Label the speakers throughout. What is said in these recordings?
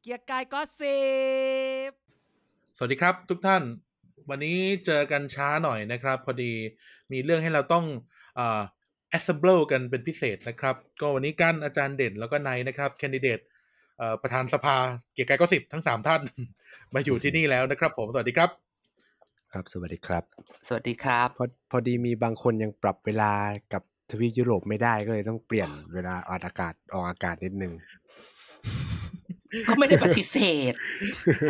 Speaker 1: เกียร์กายก็สิบ
Speaker 2: สวัสดีครับทุกท่านวันนี้เจอกันช้าหน่อยนะครับ พอดีมีเรื่องให้เราต้องเอ่อ assemble กันเป็นพิเศษนะครับ ก็วันนี้กันอาจารย์เด่นแล้วก็นายนะครับแคนดิเดตเอ่อประธานสภาเกียรติกายก็สิบทั้งสามท่าน มาอยู่ที่นี่แล้วนะครับ ผมสวัสดี ครับ
Speaker 3: ครับสวัสดีครับ
Speaker 1: สวัสดีครับ
Speaker 3: พอพอดีมีบางคนยังปรับเวลากับทวีปยุโรปไม่ได้ก็เลยต้องเปลี่ยนเวลาออกอากาศออกอากาศนิดนึง
Speaker 1: ก็ไม่ได้ปฏิเสธ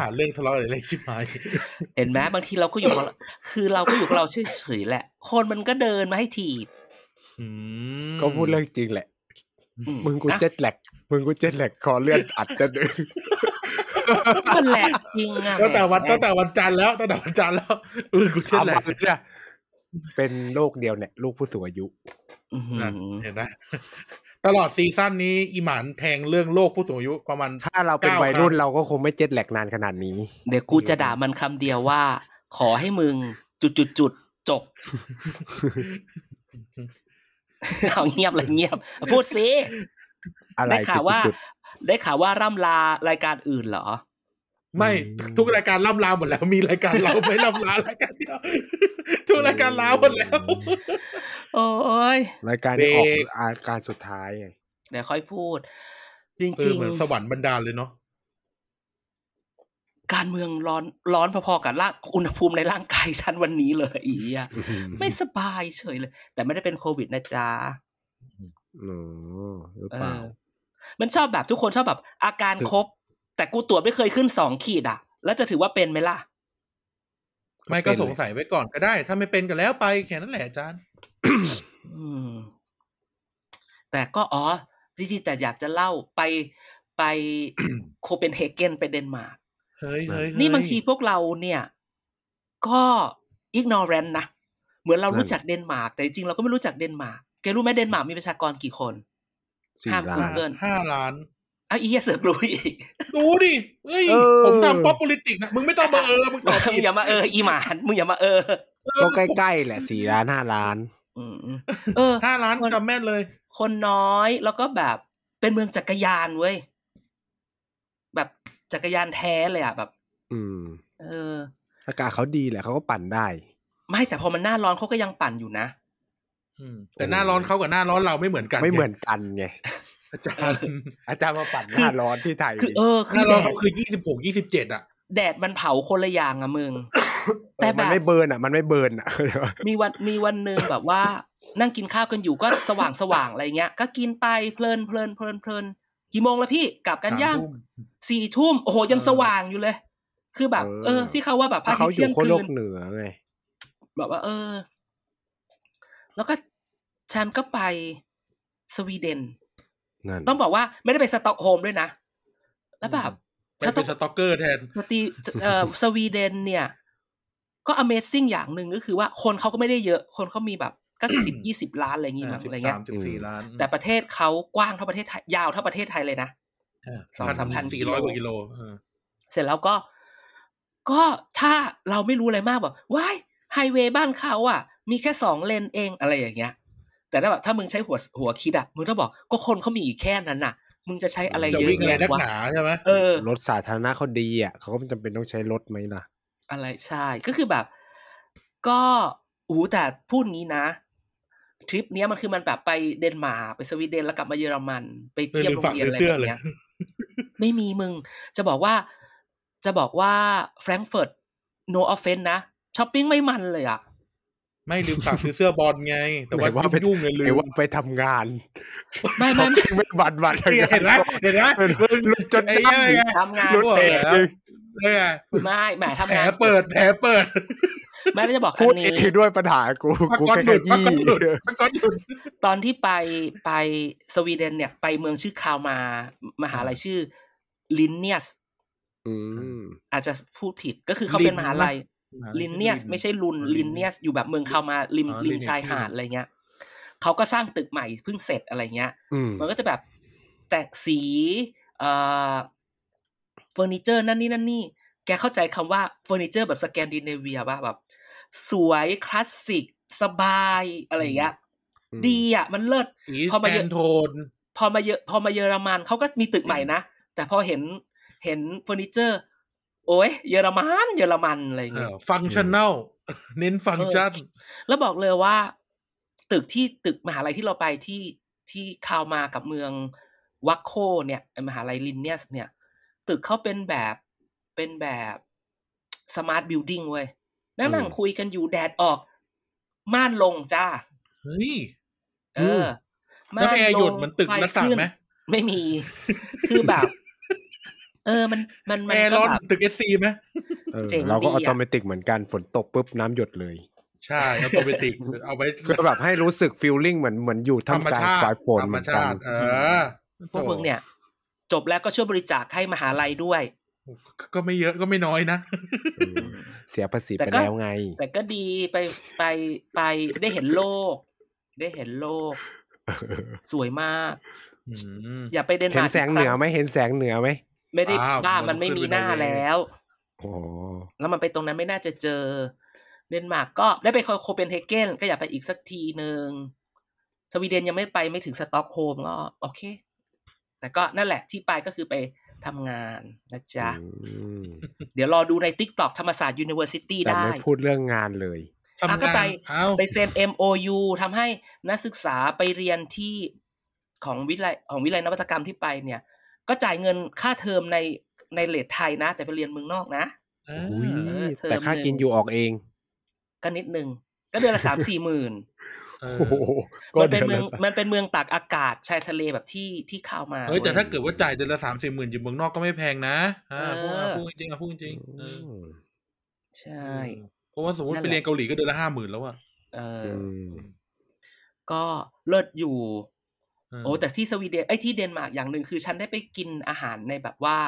Speaker 2: หาเรื่องทะเลาะอะไรเล็กชิบ หาย
Speaker 1: เห็นไหม บางทีเราก็อยู่ของเราคือเราก็อยู่กับเราเฉยๆแหละ คนมันก็เดินมาให้ถีบ
Speaker 2: อืม
Speaker 3: ก็พูดเรื่องจริงแหละ
Speaker 1: อื
Speaker 3: มึงกู
Speaker 1: นะ
Speaker 3: เจ็ดแหลกมึงกูเจ็ดแหลกขอเลื่อนอัดกันหนึ่ง
Speaker 1: มันแหลกจริงอะ
Speaker 2: ตั้งแต่วัน
Speaker 1: หม
Speaker 2: ตั้งแต่วันจันทร์แล้วตั้งแต่วันจันทร์แล้ว เออกูเช่
Speaker 3: สาน ม
Speaker 2: แหละ
Speaker 3: วันเลยเนี่ยเป็นโรคเดียวเนี่ยลูกผู้สูงอายุ
Speaker 1: อื้อหือ
Speaker 2: นั่นเห็นนะตลอดซีซั่นนี้อีหมานแทงเรื่องโลกผู้สูงอายุประมาณ
Speaker 3: ถ้าเราเป็น
Speaker 2: เก้า
Speaker 3: วัยรุ่น
Speaker 2: ครับ
Speaker 3: เราก็คงไม่เจ็ดแหลกนานขนาดนี้
Speaker 1: เดี๋ยวกูจะด่ามันคำเดียวว่า ขอให้มึงจุดจุดจุดๆจบ เอาเงียบเลยเงียบ พูดสิ
Speaker 3: อะไร
Speaker 1: ได้ข่าวว่า
Speaker 3: จุด
Speaker 1: ได้ข่าวว่าร่ำลารายการอื่นเหรอ
Speaker 2: ไม่
Speaker 3: อืม
Speaker 2: ทุกรายการล่ำลาหมดแล้วมีรายการเราไม่ล่ำลารายการเดียวทุกรายการลาหมดแล้ว
Speaker 1: โอ้ย
Speaker 3: ๆรายการนี้ออก
Speaker 2: เบรก
Speaker 3: อาการสุดท้ายไง
Speaker 1: เดี๋ยวค่อยพูด จ
Speaker 2: เอ
Speaker 1: ริ
Speaker 2: อง เหมือนสวรรค์บรรดาลเลยเนาะ
Speaker 1: ๆ การเมืองร้อนร้อนพอๆกับร่างอุณหภูมิในร่างกายฉันวันนี้เลยอีอะไม่สบายเฉยเลย แต่ไม่ได้เป็นโควิดนะจ๊ะ
Speaker 3: หนูหรือ
Speaker 1: เอ
Speaker 3: เปล่า
Speaker 1: อ มันชอบแบบทุกคนชอบแบบอาการ
Speaker 3: ถึง
Speaker 1: ครบ แต่กูตรวจไม่เคยขึ้นสองขีดอ่ะ แล้วจะถือว่าเป็นไหมล่ะ
Speaker 2: ไม่ก็สงสัยไว้ก่อนก็ได้ ถ้าไม่เป็นก็แล้วไปแค่นั้นแหละอาจารย์
Speaker 1: อืม แต่ก็อ๋อจริงๆแต่อยากจะเล่าไปไป โคเปนเฮเกนไปเดนมาร์ก
Speaker 2: เฮ้ยเฮ้ยเฮ้ย
Speaker 1: นี่บางทีพวกเราเนี่ย ก็อิกนอร์แรนนะ เหมือนเรา
Speaker 3: นั่น
Speaker 1: รู้จักเดนมาร์กแต่จริงๆเราก็ไม่รู้จักเดนมาร์กแกรู้ไหมเดนมาร์กมีประชากรกี่คน
Speaker 3: สี่
Speaker 1: ห้าม
Speaker 3: ล้า
Speaker 1: กู
Speaker 3: น
Speaker 1: เกิน
Speaker 2: ห้าล้าน
Speaker 1: เอาอีเหี้ยเสือกรู้อี ก
Speaker 2: ดูดิเอ้ย
Speaker 3: เออ
Speaker 2: ผมทำป๊อป i t i c นะมึงไม่ต้องมาเออมึงตอบ
Speaker 1: มึ
Speaker 2: ผิ
Speaker 1: ง
Speaker 2: ด
Speaker 1: อย่ามาเอออีหมานมึงอย่ามาเออ
Speaker 3: ก็ใกล้ๆแหละสี่ล้านห้าล้าน
Speaker 1: อืมเออ
Speaker 2: ห้าล้านจำแม่นเลย
Speaker 1: คนน้อยแล้วก็แบบเป็นเมืองจักรยานเว้ยแบบจักรยานแท้เลยอ่ะแบบ
Speaker 3: อืม
Speaker 1: เออ
Speaker 3: อากาศเขาดีแหละเขาก็ปั่นได้
Speaker 1: ไม่แต่พอมันหน้าร้อนเขาก็ยังปั่นอยู่นะ
Speaker 2: อืมแต่หน้าร้อนเขากับหน้าร้อนเราไม่เหมือนกัน
Speaker 3: ไม่เหมือนกันไง
Speaker 2: อาจารย์
Speaker 3: อาจารย์ มาปั่นห
Speaker 1: คือ
Speaker 3: น้าร้อนที่ไทย
Speaker 1: คือเออ
Speaker 2: ห
Speaker 1: คือ
Speaker 2: น้าร้
Speaker 1: แด
Speaker 2: อน
Speaker 1: ด
Speaker 2: เขาคือยี่สิบหกยี่สิบเจ็ดอ่ะ
Speaker 1: แดดมันเผาคนละอย่างอะมึง
Speaker 3: เออ
Speaker 1: แต่แบ
Speaker 3: มัน
Speaker 1: บ
Speaker 3: ไม่เบิร์นอ่ะ มันไม่เบิร์นอ่ะ
Speaker 1: มีวันมีวันหนึ่งแบบว่า นั่งกินข้าวกันอยู่ก็สว่างสว่างอะไรเงี้ย ก็กินไปเพลินเพลินเพลินเพลินกี่โมงแล้วพี่กลับกันย่างสี่ทุ่มโอ้โหยัง
Speaker 2: เออ
Speaker 1: สว่างอยู่เลย คือแบบ
Speaker 3: เออ
Speaker 1: เออ ที่เขาว่าแบบพ
Speaker 3: เพ
Speaker 1: ระ
Speaker 3: ราะ
Speaker 1: อา
Speaker 3: เขา
Speaker 1: ทิตย์
Speaker 3: อ
Speaker 1: เที่ยง
Speaker 3: ยู่โค
Speaker 1: คื
Speaker 3: ตรโล
Speaker 1: น
Speaker 3: กเหนือไง
Speaker 1: แบบว่า เออ แล้วก็ฉันก็ไปสวีเดน
Speaker 3: นั่น
Speaker 1: ต้องบอกว่าไม่ได้ไปสต็อกโฮล์มด้วยนะ แล้วแบบ
Speaker 2: ไปเป็นสต็อกเกอร์แทน
Speaker 1: สตีเอ่อสวีเดนเนี่ย ก็ Amazing อย่างหนึ่งก็คือว่าคนเขาก็ไม่ได้เยอะ คนเขามีแบบก็สิ บยี่สิบล้านอะไรอย่างงี้มั้ง
Speaker 2: สิบ
Speaker 1: อะไรเงี้
Speaker 2: สาย มสิบสี่ล้าน
Speaker 1: แต่ประเทศเขากว้างเท่าประเทศไทย ยาวเท่าประเทศไทยเลยนะ สองสามพัน
Speaker 2: สี่ร้อยกว่ากิโลเออ
Speaker 1: เสร็จแล้วก็ ก็ถ้าเราไม่รู้อะไรมากแบบว้ายไฮเวย์บ้านเขาอ่ะ มีแค่สองเลนเองอะไรอย่างเงี้ย แต่ถ้าแบบถ้ามึงใช้หัวหัวคิดอ่ะมึงต้องบอกก็คนเขามีอีกแค่นั้นน่ะ มึงจะใช้อะไร
Speaker 2: จะ
Speaker 1: เยอะ
Speaker 2: วิ่งอะไร
Speaker 1: แยะ
Speaker 2: นัก
Speaker 1: วะ
Speaker 2: หนาใช่ไหม
Speaker 1: เออ
Speaker 3: รถสาธารณะเขาดีอ่ะเขาก็ไม่จำเป็นต้องใช้รถไหมล่ะ
Speaker 1: อะไรใช่ก็คือแบบ ก็อูแต่พูดงี้นะ ทริปเนี้ยมันคือมันแบบไปเดนมาร์กไปสวีเดนแล้วกลับมาเยอรมัน ไป
Speaker 2: เออ
Speaker 1: เยี่ยม
Speaker 2: ลืม
Speaker 1: โร
Speaker 2: ฝาก
Speaker 1: งเรียน
Speaker 2: ซื้อ
Speaker 1: อะไรแบบ
Speaker 2: เสื้อเลย
Speaker 1: เนี้ย ไม่มีมึง จะบอกว่า จะบอกว่าแฟรงก์เฟิร์ต no offense นะช้อปปิ้งไม่มันเลยอ่ะ
Speaker 2: ไม่ลืมฝากซื้อเสื้อบอลไง แต่ว่า
Speaker 3: ไหนว่าไป
Speaker 2: ยุ่งๆเลยลื
Speaker 3: หรือ
Speaker 2: ม
Speaker 3: ว่าไปทำงาน
Speaker 1: ไม่ไม่ไม่
Speaker 3: ไม่บันบัน
Speaker 2: เห็นไหมเห็นไหม
Speaker 3: หลุดจน
Speaker 2: ไอ้
Speaker 3: ได้
Speaker 2: เหี้ยไง
Speaker 1: ทำงาน
Speaker 3: รถ
Speaker 1: เส
Speaker 3: เส
Speaker 1: ร็จ
Speaker 3: ร็จ
Speaker 2: เนี่ย
Speaker 1: ไม่แหม
Speaker 2: แผ
Speaker 1: ทำ
Speaker 2: ล
Speaker 1: งาน
Speaker 2: เปิดแผลเปิด
Speaker 1: ไม่ได้จะบอก
Speaker 3: พู
Speaker 1: อั
Speaker 3: ด
Speaker 1: น
Speaker 3: เอ
Speaker 1: นี้
Speaker 3: งด้วยปัญหากู
Speaker 2: พัก
Speaker 3: กู
Speaker 2: ก้อนห
Speaker 3: แค่
Speaker 2: ลุดพัก
Speaker 3: ยี่
Speaker 2: ก้อนหลุดพักก้อนหลุด
Speaker 1: ตอนที่ไปไปสวีเดนเนี่ย ไปเมืองชื่อคาวมา มหาลัยชื่อลินเนียส
Speaker 3: อืม
Speaker 1: อาจจะพูดผิดก็คือเขาเป็น
Speaker 2: ลิ
Speaker 1: ม
Speaker 2: นนะ
Speaker 1: หาลัย ลินเนียสไม่ใช่ลุนลินเนียสอยู่แบบเมืองเขามาริม
Speaker 2: อ๋อ
Speaker 1: ริม
Speaker 2: Linnaeus
Speaker 1: ชายหาดอะไรเงี้ยเขาก็สร้างตึกใหม่เพิ่งเสร็จอะไรเงี้ย
Speaker 3: อืม
Speaker 1: มันก็จะแบบแตกสีเอ่อเฟอร์นิเจอร์นั่นนี่นั่นนี่ แกเข้าใจคำว่าเฟอร์นิเจอร์แบบสแกนดิเนเวียป่ะแบบ สวยคลาสสิก สบายอะไรเงี้ยดีอ่ะ มันเลิศ
Speaker 2: สี
Speaker 1: พอมา
Speaker 2: แท
Speaker 1: เยอะ
Speaker 2: นโทน
Speaker 1: พอมาเยอะพอมาเยอรมันเขาก็มีตึกใหม่นะ แต่พอเห็น เห็นเฟอร์นิเจอร์ โอ้ยเยอรมันเยอรมันอะไรอย่างเงี้ย
Speaker 2: ฟังชั่นแนลเน้นฟังก์ชัน
Speaker 1: แล้วบอกเลยว่า ตึกที่ตึกมหาลัยที่เราไปที่ที่คาวมากับเมืองวัคโคเนี่ยไอ้มหาลัยลินเนียสเนี่ย ตึกเขาเป็นแบบเป็นแบบสมาร์ทบิ l ดิ้งเว้ยนั่งนั่ง
Speaker 3: อืม
Speaker 1: คุยกันอยู่แดดออก ม่านลงจ้า
Speaker 2: เฮ้ย
Speaker 1: เอออม่า
Speaker 2: แล้วแอร์หยด
Speaker 1: ลง
Speaker 2: เหมือนตึก
Speaker 1: ไฟ
Speaker 2: นักสัก
Speaker 1: ขึ้
Speaker 2: ไหม
Speaker 1: ไม่มี คือแบบ เออมันมันมั
Speaker 2: แอน ร์
Speaker 1: ก็
Speaker 2: ร้อน
Speaker 1: แบบ
Speaker 2: ตึกเอสซีไหม
Speaker 3: เออ
Speaker 1: เจ๋งดีอะ
Speaker 3: เราก็ออโตเมติกเหมือนกันฝนตกปุ๊บน้ำหยดเลย
Speaker 2: ใช่เอาตัวไปติกเอาไว้
Speaker 3: เพื่อแบบให้รู้สึกฟีลลิ่งเหมือนเหมือนอยู่
Speaker 2: ธ
Speaker 3: ท่าร ม
Speaker 2: รม
Speaker 3: กลาง
Speaker 2: ชาติ
Speaker 3: สายฝน
Speaker 2: ธร
Speaker 3: เห
Speaker 2: รม
Speaker 3: มือน
Speaker 2: ชา
Speaker 3: กัน
Speaker 2: ติ เออ
Speaker 1: พวกมึงเนี่ย จบแล้วก็ช่วยบริจาคให้มหาลัยด้วย
Speaker 2: ก็ก็ไม่เยอะก็ไม่น้อยนะ
Speaker 3: เออเสียภาษี
Speaker 1: แต่
Speaker 3: ไป
Speaker 1: ก็
Speaker 3: แล้วไง
Speaker 1: แต่ก็ดีไปไปไปได้เห็นโลก ได้เห็นโลก สวยมาก
Speaker 2: อืม
Speaker 1: อย่าไปเดน
Speaker 3: เห็น
Speaker 1: มาร์ก
Speaker 3: แส
Speaker 1: ก
Speaker 3: ง
Speaker 1: ครั้
Speaker 3: เหนือไหมเห็นแสงเหนือไหม
Speaker 1: ไม่ได้
Speaker 2: อ้าว
Speaker 1: บ้า
Speaker 2: มั
Speaker 1: มัน นไม่
Speaker 2: ขึ้น
Speaker 1: มี
Speaker 2: ไป
Speaker 1: หน้า
Speaker 2: โนเวย์
Speaker 1: แล้ว
Speaker 3: โอ้
Speaker 1: แล้วมันไปตรงนั้นไม่น่าจะเจอ เดนมาร์กก็ได้ไปโคเปนเฮเกนก็อยากไปอีกสักทีหนึ่งสวีเดนยังไม่ไปไม่ถึงสต็อกโฮล์มก็โอเค แต่ก็นั่นแหละที่ไปก็คือไปทำงานนะจ๊ะ
Speaker 3: อืม
Speaker 1: เดี๋ยวรอดูใน t ิ k t o k ธรรมศาสตร์ University
Speaker 3: แต่
Speaker 1: ได้
Speaker 3: ไม่พูดเรื่องงานเลย
Speaker 2: ทำ
Speaker 1: อ่ะก็
Speaker 2: งา
Speaker 1: ไป
Speaker 2: นเอ้า
Speaker 1: ไปเซ็น MOU ทำให้นักศึกษาไปเรียนที่ของวิทยาลัยของวิทยาลัยนวัตกรรมที่ไปเนี่ย ก็จ่ายเงินค่าเทอมในในเลทไทยนะ แต่ไปเรียนเมืองนอกนะ
Speaker 3: อุ้ย
Speaker 1: เออเทอม
Speaker 3: แต่ค่า
Speaker 1: หนึ่ง
Speaker 3: กินอยู่ออกเอง
Speaker 1: ก็นิดนึง ก็เดือนละ สามสี่หมื่น
Speaker 2: เออ
Speaker 3: โอ้โหก็
Speaker 1: มัน
Speaker 3: เดื
Speaker 1: เป็น
Speaker 3: อน
Speaker 1: เมือง
Speaker 3: ละสาม
Speaker 1: มันเป็นเมืองตากอากาศชายทะเลแบบที่ที่ข่าวมา
Speaker 2: เฮ้ยแต่
Speaker 1: ว้
Speaker 2: ถ้าเกิดว่าจ่ายเดือนละสามสี่หมื่นอยู่เมืองนอกก็ไม่แพงนะอ่า
Speaker 1: เออ
Speaker 2: พูดพูดจริงๆอ่ะพูดจริงๆเออ
Speaker 3: อืม
Speaker 1: ใช่
Speaker 2: เพราะว่าสมมติ
Speaker 1: นั่น
Speaker 2: ไป
Speaker 1: แหละ
Speaker 2: เรียนเกาหลีก็เดือนละห้าหมื่นแล้วอ่ะ
Speaker 1: เออ
Speaker 3: อื
Speaker 1: อ
Speaker 3: ม
Speaker 1: ก็เลิศอยู่
Speaker 2: เออ
Speaker 1: โอ้แต่ที่สวีเดนไอ้ยที่เดนมาร์กอย่างหนึ่งคือฉันได้ไปกินอาหารในแบบว่า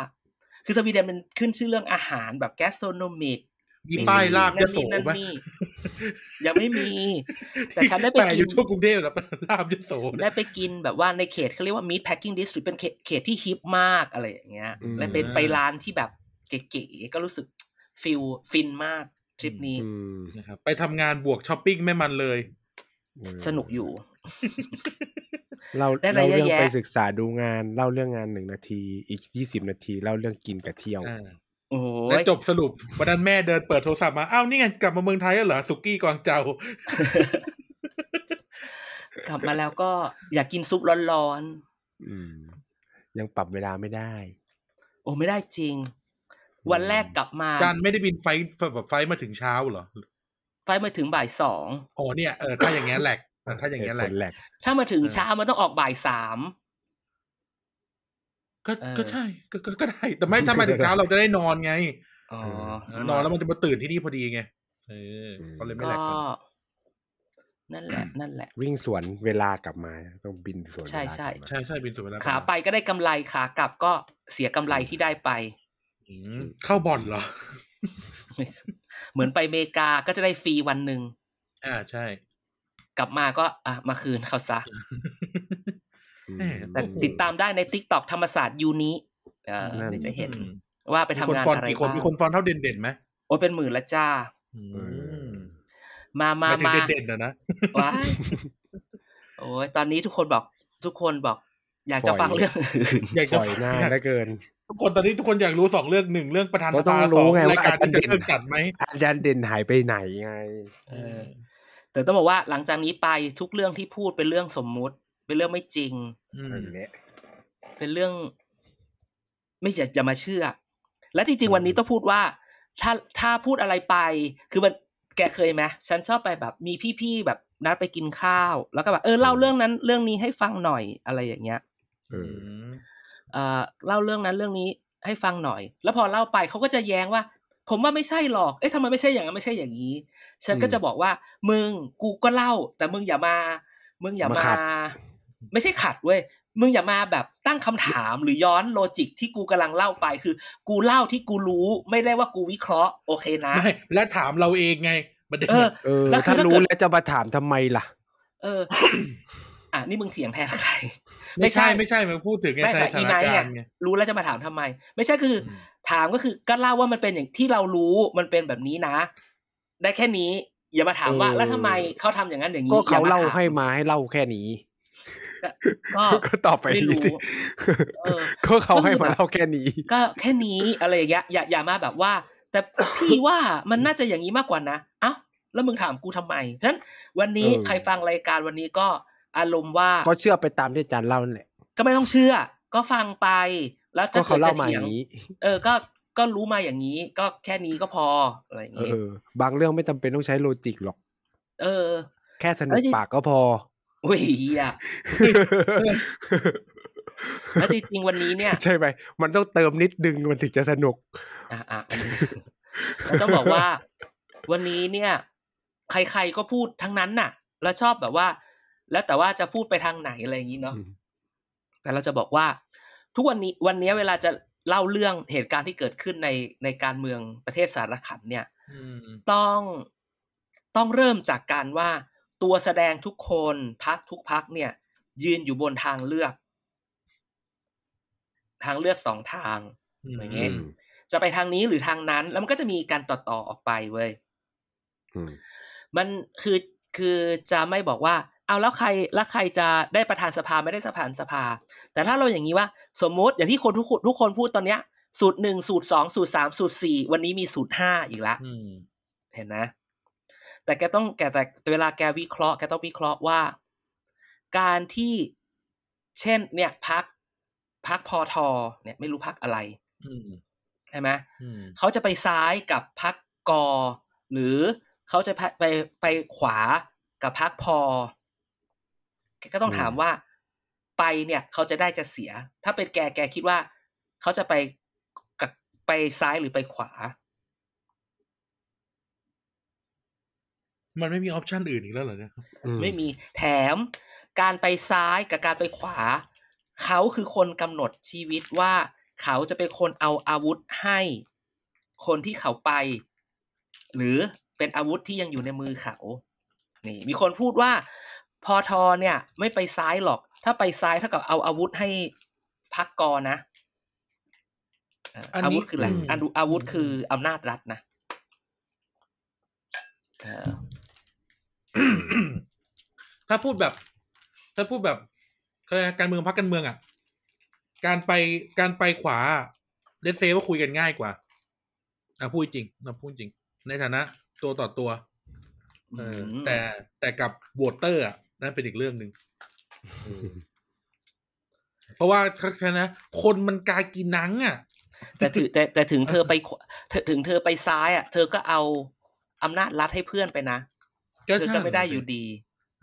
Speaker 1: คือสวีเดนมันขึ้นชื่อเรื่องอาหารแบบแกสโ r นมิก
Speaker 2: มีป้ายลาบย
Speaker 1: นั่น
Speaker 2: โส
Speaker 1: นี่นั่น
Speaker 2: ไหม
Speaker 1: นี่ยังไม่มี แต่ฉันได้ไป
Speaker 2: แต่อ
Speaker 1: กิน
Speaker 2: ยู่ทั่วกรุงเทพแล้ว ลาบยโสนะ
Speaker 1: ได้ไปกินแบบว่าในเขตเขาเรียกว่า meat packing district เป็นเขตเขตที่ฮิปมากอะไรอย่างเงี้ย
Speaker 3: อืม
Speaker 1: และเป็นไปร้านที่แบบเก๋ๆก็รู้สึกฟิลฟินมากทริปนี้
Speaker 3: อืม
Speaker 2: นะครับไปทำงานบวกช้อปปิ้งไม่มันเลย
Speaker 3: เออ
Speaker 1: สนุกอยู่
Speaker 3: เรา
Speaker 1: ได้อะไร
Speaker 3: เราเรื่อ
Speaker 1: เยอะ
Speaker 3: ง
Speaker 1: แยะ
Speaker 3: ไปศึกษาดูงานเล่าเรื่องงานหนึ่งนาที อีกยี่สิบนาทีเล่าเรื่องกินกับเที่ยว
Speaker 2: อ่า
Speaker 1: โอ้ย
Speaker 2: แล้
Speaker 1: ว
Speaker 2: จบสรุปวันนั้นแม่เดินเปิดโทรศัพท์มา อ้าว นี่ไงกลับมาเมืองไทยแล้วเหรอ สุกี้กวางเจาก
Speaker 1: ลับมาแล้วก็อยากกินซุปร้อน
Speaker 3: อืม ยังปรับเวลาไม่ได้
Speaker 1: ๆ โอ้ไม่ได้จริง วันแรกกลับมา
Speaker 2: การไม่ได้บินไฟท์แบบไฟท์มาถึงเช้าเหรอ
Speaker 1: ไฟล์มาถึงบ่ายสอง
Speaker 2: อ๋อเนี่ยเออถ้าอย่างเงี้ยแหลกถ้าอย่างเงี้ยแหลก
Speaker 3: เหตุผลแหลก
Speaker 1: ถ้ามาถึง
Speaker 2: เออ
Speaker 1: เช้ามันต้องออกบ่ายสาม
Speaker 2: ก็
Speaker 1: เออ
Speaker 2: ก็ใช่ก็ก็ก็ได้ แต่ ไม่ถ้ามาถึงเช้าเราจะได้นอนไง
Speaker 1: อ๋อ
Speaker 2: เออนอนแล้วมันจะมาตื่นที่นี่พอดีไงเออก็เลยไม่
Speaker 1: ก็
Speaker 2: แหลกกัน
Speaker 1: นั่นแหละ นั่นแหละ
Speaker 3: วิ่งสวนเวลากลับมาต้องบินสวนเวลา
Speaker 1: ใช่ใช่
Speaker 3: กลับมา
Speaker 2: ใช่ใช่บินสุวรรณ
Speaker 1: ขาไปก็ได้กำไรขากลับก็เสียกำไรที่ได้ไป
Speaker 2: อืมเข้าบ่อนเหรอ
Speaker 1: เหมือนไปอเมริกาก็จะได้ฟรีวันหนึ่ง
Speaker 2: อ่าใช่
Speaker 1: กลับมาก็อ่ะมาคืนเขาซะ
Speaker 3: อืม
Speaker 2: แหม่
Speaker 1: แต่
Speaker 2: โอ้โห
Speaker 1: ติดตามได้ใน t ิ k t o k ธรรมศาสตร์ยูนี้เออ
Speaker 3: นั่น
Speaker 1: เดี๋ยวจะเห็น
Speaker 2: อืม
Speaker 1: ว่าไป
Speaker 2: มี
Speaker 1: ทำ
Speaker 2: คน
Speaker 1: งาน
Speaker 2: ฟอน
Speaker 1: อะไร
Speaker 2: กี่คน
Speaker 1: บ้าง
Speaker 2: มีคนฟอนเท่าเด่นเด่นๆไหม
Speaker 1: โอ้เป็นหมื่นละจ้า
Speaker 2: อื
Speaker 3: เอ
Speaker 2: ม
Speaker 3: อ
Speaker 1: มามา
Speaker 2: หยถึง
Speaker 1: มา
Speaker 2: เด่นๆนะนะ
Speaker 1: ว้ายโอ้ยตอนนี้ทุกคนบอก ทุกคนบอก อยากจะ
Speaker 3: ป
Speaker 1: ฟั
Speaker 3: ล่อย
Speaker 1: งเรื่องอื่น
Speaker 2: อยาก
Speaker 3: ป
Speaker 2: จะ
Speaker 3: ล่อยหน้าแล้วเกิน
Speaker 2: ทุกคนตอนนี้ทุกคนอยากรู้สองเรื่องหนึ่งเรื่องประธานส
Speaker 3: ก็ต้อ
Speaker 2: ภาง
Speaker 3: รู้
Speaker 2: สอง
Speaker 3: ไงว่าร
Speaker 2: ายการ
Speaker 3: อาจารย์
Speaker 2: ที่จะ
Speaker 3: เด่น
Speaker 2: เลิกจัดไหม
Speaker 3: อาจารย์เด่นหายไปไหนไง
Speaker 1: เออ แต่ต้องบอกว่าหลังจากนี้ไปทุกเรื่องที่พูดเป็นเรื่องสมมุติ เป็นเรื่องไม่จริง
Speaker 2: ม
Speaker 1: เป็นเรื่อง ไม่อยากจะมาเชื่อ และจริงๆวันนี้ต้องพูดว่า ถ้าถ้าพูดอะไรไป คือมันแกเคยไหมฉันชอบไปแบบ มีพี่ๆแบบนัดไปกินข้าว แล้วก็แบบเออเล่าเรื่องนั้น เรื่องนี้ให้ฟังหน่อยอะไรอย่างเงี้ย
Speaker 3: เออ
Speaker 2: ม
Speaker 1: เอ่อเล่าเรื่องนั้นเรื่องนี้ให้ฟังหน่อย แล้วพอเล่าไปเขาก็จะแย้งว่า ผมว่าไม่ใช่หรอก เอ๊ะทำไมไม่ใช่อย่างนั้นไม่ใช่อย่างนี้ ฉันก็
Speaker 3: อืม
Speaker 1: จะบอกว่า มึงกูก็เล่า แต่มึงอย่ามา มึงอย่า
Speaker 3: มา
Speaker 1: มา
Speaker 3: ขัด
Speaker 1: ไม่ใช่ขัดเว้ยมึงอย่ามาแบบตั้งคำถามหรือย้อนโลจิกที่กูกำลังเล่าไปคือ กูเล่าที่กูรู้ ไม่ได้ว่ากูวิเคราะห์ โอเคนะ
Speaker 2: ไม่และถามเราเองไงประเด็น
Speaker 1: เออ
Speaker 3: เออ
Speaker 1: แล้วคือ
Speaker 3: ถ้า
Speaker 1: ถ้าเกิด
Speaker 3: รู้แล้วจะมาถามทำไมล่ะ
Speaker 1: เออ อ่ะนี่มึงเถียงแทนใคร
Speaker 2: ไม่ใช่ไม่ใช่มันพูดถึงไง
Speaker 1: ไม่
Speaker 2: ส
Speaker 1: แต่อี
Speaker 2: ถาน
Speaker 1: ไนท์
Speaker 2: กา
Speaker 1: เนี่
Speaker 2: ร
Speaker 1: ย
Speaker 2: ณ์ไง
Speaker 1: รู้แล้วจะมาถามทำไม ไม่ใช่คืออ
Speaker 2: อืม
Speaker 1: ถามก็คือก็เล่าว่ามันเป็นอย่างที่เรารู้มันเป็นแบบนี้นะ ได้แค่นี้ อย่ามาถามว่า
Speaker 3: เออ
Speaker 1: แล้วทำไมเขาทำอย่างนั้นอย่างนี้
Speaker 3: ก็เขา
Speaker 1: อย่ม
Speaker 3: เล่า
Speaker 1: ถม
Speaker 3: ให้มาให้เล่าแค่นี้
Speaker 1: ก ก็
Speaker 3: ก็ตอบไป
Speaker 1: ไม่รู้
Speaker 3: สิ
Speaker 1: เออ
Speaker 3: ก็เขาให้มาเล่าแค่นี้
Speaker 1: ก็แค่นี้อะไรอย่างเงี้ยอย่าอย่ามาแบบว่า แต่พี่ว่ามันน่าจะอย่างนี้มากกว่านะ เอ้า แล้วมึงถามกูทำไมเพราะฉะนั้นวันนี้
Speaker 3: เออ
Speaker 1: ใครฟังรายการวันนี้ก็อารมณ์ว่า
Speaker 3: ก็เชื่อไปตามที่อาจารย์เล่านั่นแหละ
Speaker 1: ก็ไม่ต้องเชื่อ ก็ฟังไปแล้ว
Speaker 3: ก็
Speaker 1: ถ้า
Speaker 3: เขา
Speaker 1: ด
Speaker 3: เล่า
Speaker 1: จะ
Speaker 3: มาอ
Speaker 1: ถีย
Speaker 3: ย่างนี้
Speaker 1: เออก็ก็รู้มาอย่างนี้ ก็แค่นี้ก็พออะไรอย่าง
Speaker 3: เอ
Speaker 1: งี้
Speaker 3: อ บางเรื่องไม่จำเป็นต้องใช้โลจิกหรอก
Speaker 1: เออ
Speaker 3: แค่สนุ
Speaker 1: แล้
Speaker 3: ก
Speaker 1: วนี่
Speaker 3: ปากก็พอ
Speaker 1: อุ้ยเหี้ยแล้วจริงๆวันนี้ เนี่ย
Speaker 3: ใช่ไหมมันต้องเติมนิดดึงมันถึงจะสนุก
Speaker 1: อ่ะอ่ะอันนี้ แล้วต้องบอกว่าวันนี้เนี่ย ใครๆก็พูดทั้งนั้นน่ะ แล้วชอบแบบว่า แล้วแต่ว่าจะพูดไปทางไหนอะไรอย่างนี้เนาะ
Speaker 3: อืม
Speaker 1: แต่เราจะบอกว่า ทุกวันนี้วันนี้เวลาจะเล่าเรื่องเหตุการณ์ที่เกิดขึ้นในในการเมืองประเทศสารขันเนี่ย
Speaker 2: อืม
Speaker 1: ต้องต้องเริ่มจากการว่าตัวแสดงทุกคนพักทุกพักเนี่ย ยืนอยู่บนทางเลือก ทางเลือกสองทาง อะไรเงี้ย
Speaker 3: อืม
Speaker 1: จะไปทางนี้หรือทางนั้น แล้วมันก็จะมีการต่อต่อๆออกไปเว้ย
Speaker 3: อืม
Speaker 1: มันคือคือจะไม่บอกว่า เอาแล้วใครแล้วใครจะได้ประธานสภาไม่ได้สะพานสภา แต่ถ้าเราอย่างนี้ว่า สมมติอย่างที่คนทุกคนทุกคนพูดตอนเนี้ย สูตรหนึ่งสูตรสองสูตรสามสูตรสี่วันนี้มีสูตรห้าอีกละ
Speaker 2: อืม
Speaker 1: เห็นนะ แต่แกต้องแกแต่เวลาแกวิเคราะห์แกต้องวิเคราะห์ว่า การที่เช่น เนี่ยพักพักพอทอเนี่ยไม่รู้พักอะไร
Speaker 2: อืม
Speaker 1: ใช่ไหม
Speaker 2: อืม
Speaker 1: เขาจะไปซ้ายกับพักกอ หรือเขาจะไปไปไปขวากับพักพอแกก็ต้องถามว่า ไปเนี่ย เขาจะได้จะเสีย ถ้าเป็นแกแกคิดว่าเขาจะไปกับไปซ้ายหรือไปขวา
Speaker 2: มันไม่มีออปชันอื่นอีกแล้วเหรอเนี่ย
Speaker 3: อื
Speaker 1: ไม่มีแถม การไปซ้ายกับการไปขวา เขาคือคนกำหนดชีวิตว่า เขาจะเป็นคนเอาอาวุธให้ คนที่เขาไป หรือเป็นอาวุธที่ยังอยู่ในมือเขา นี่ มีคนพูดว่า พอทอเนี่ย ไม่ไปซ้ายหรอก ถ้าไปซ้ายเท่ากับเอาอาวุธให้พักกอนะอ่าอาวุธคืออะไรอันอาวุธคืออำนาจรัฐนะเออ
Speaker 2: ถ้าพูดแบบ ถ้าพูดแบบเขาเรียกนะการเมืองพักการเมืองอ่ะ การไปการไปขวาเลสเซว่าคุยกันง่ายกว่านะพูดจริงนะพูดจริง ในฐานะ ตัวต่อตัว เอออ
Speaker 1: ม
Speaker 2: แต่แต่กับโหวตเตอร์อ่ะนั่นเป็นอีกเรื่องหนึ่งเออเพราะว่าทักษะนะ คนมันกากินหนังอ่ะ
Speaker 1: แต่ถึงแต่แต่ถึงเธอไปขวาถึงเธอไปซ้ายอ่ะ เธอก็เอาอำนาจรัฐให้เพื่อนไปนะ
Speaker 2: ก็
Speaker 1: เธอก็ไม่ได้อยู่ดี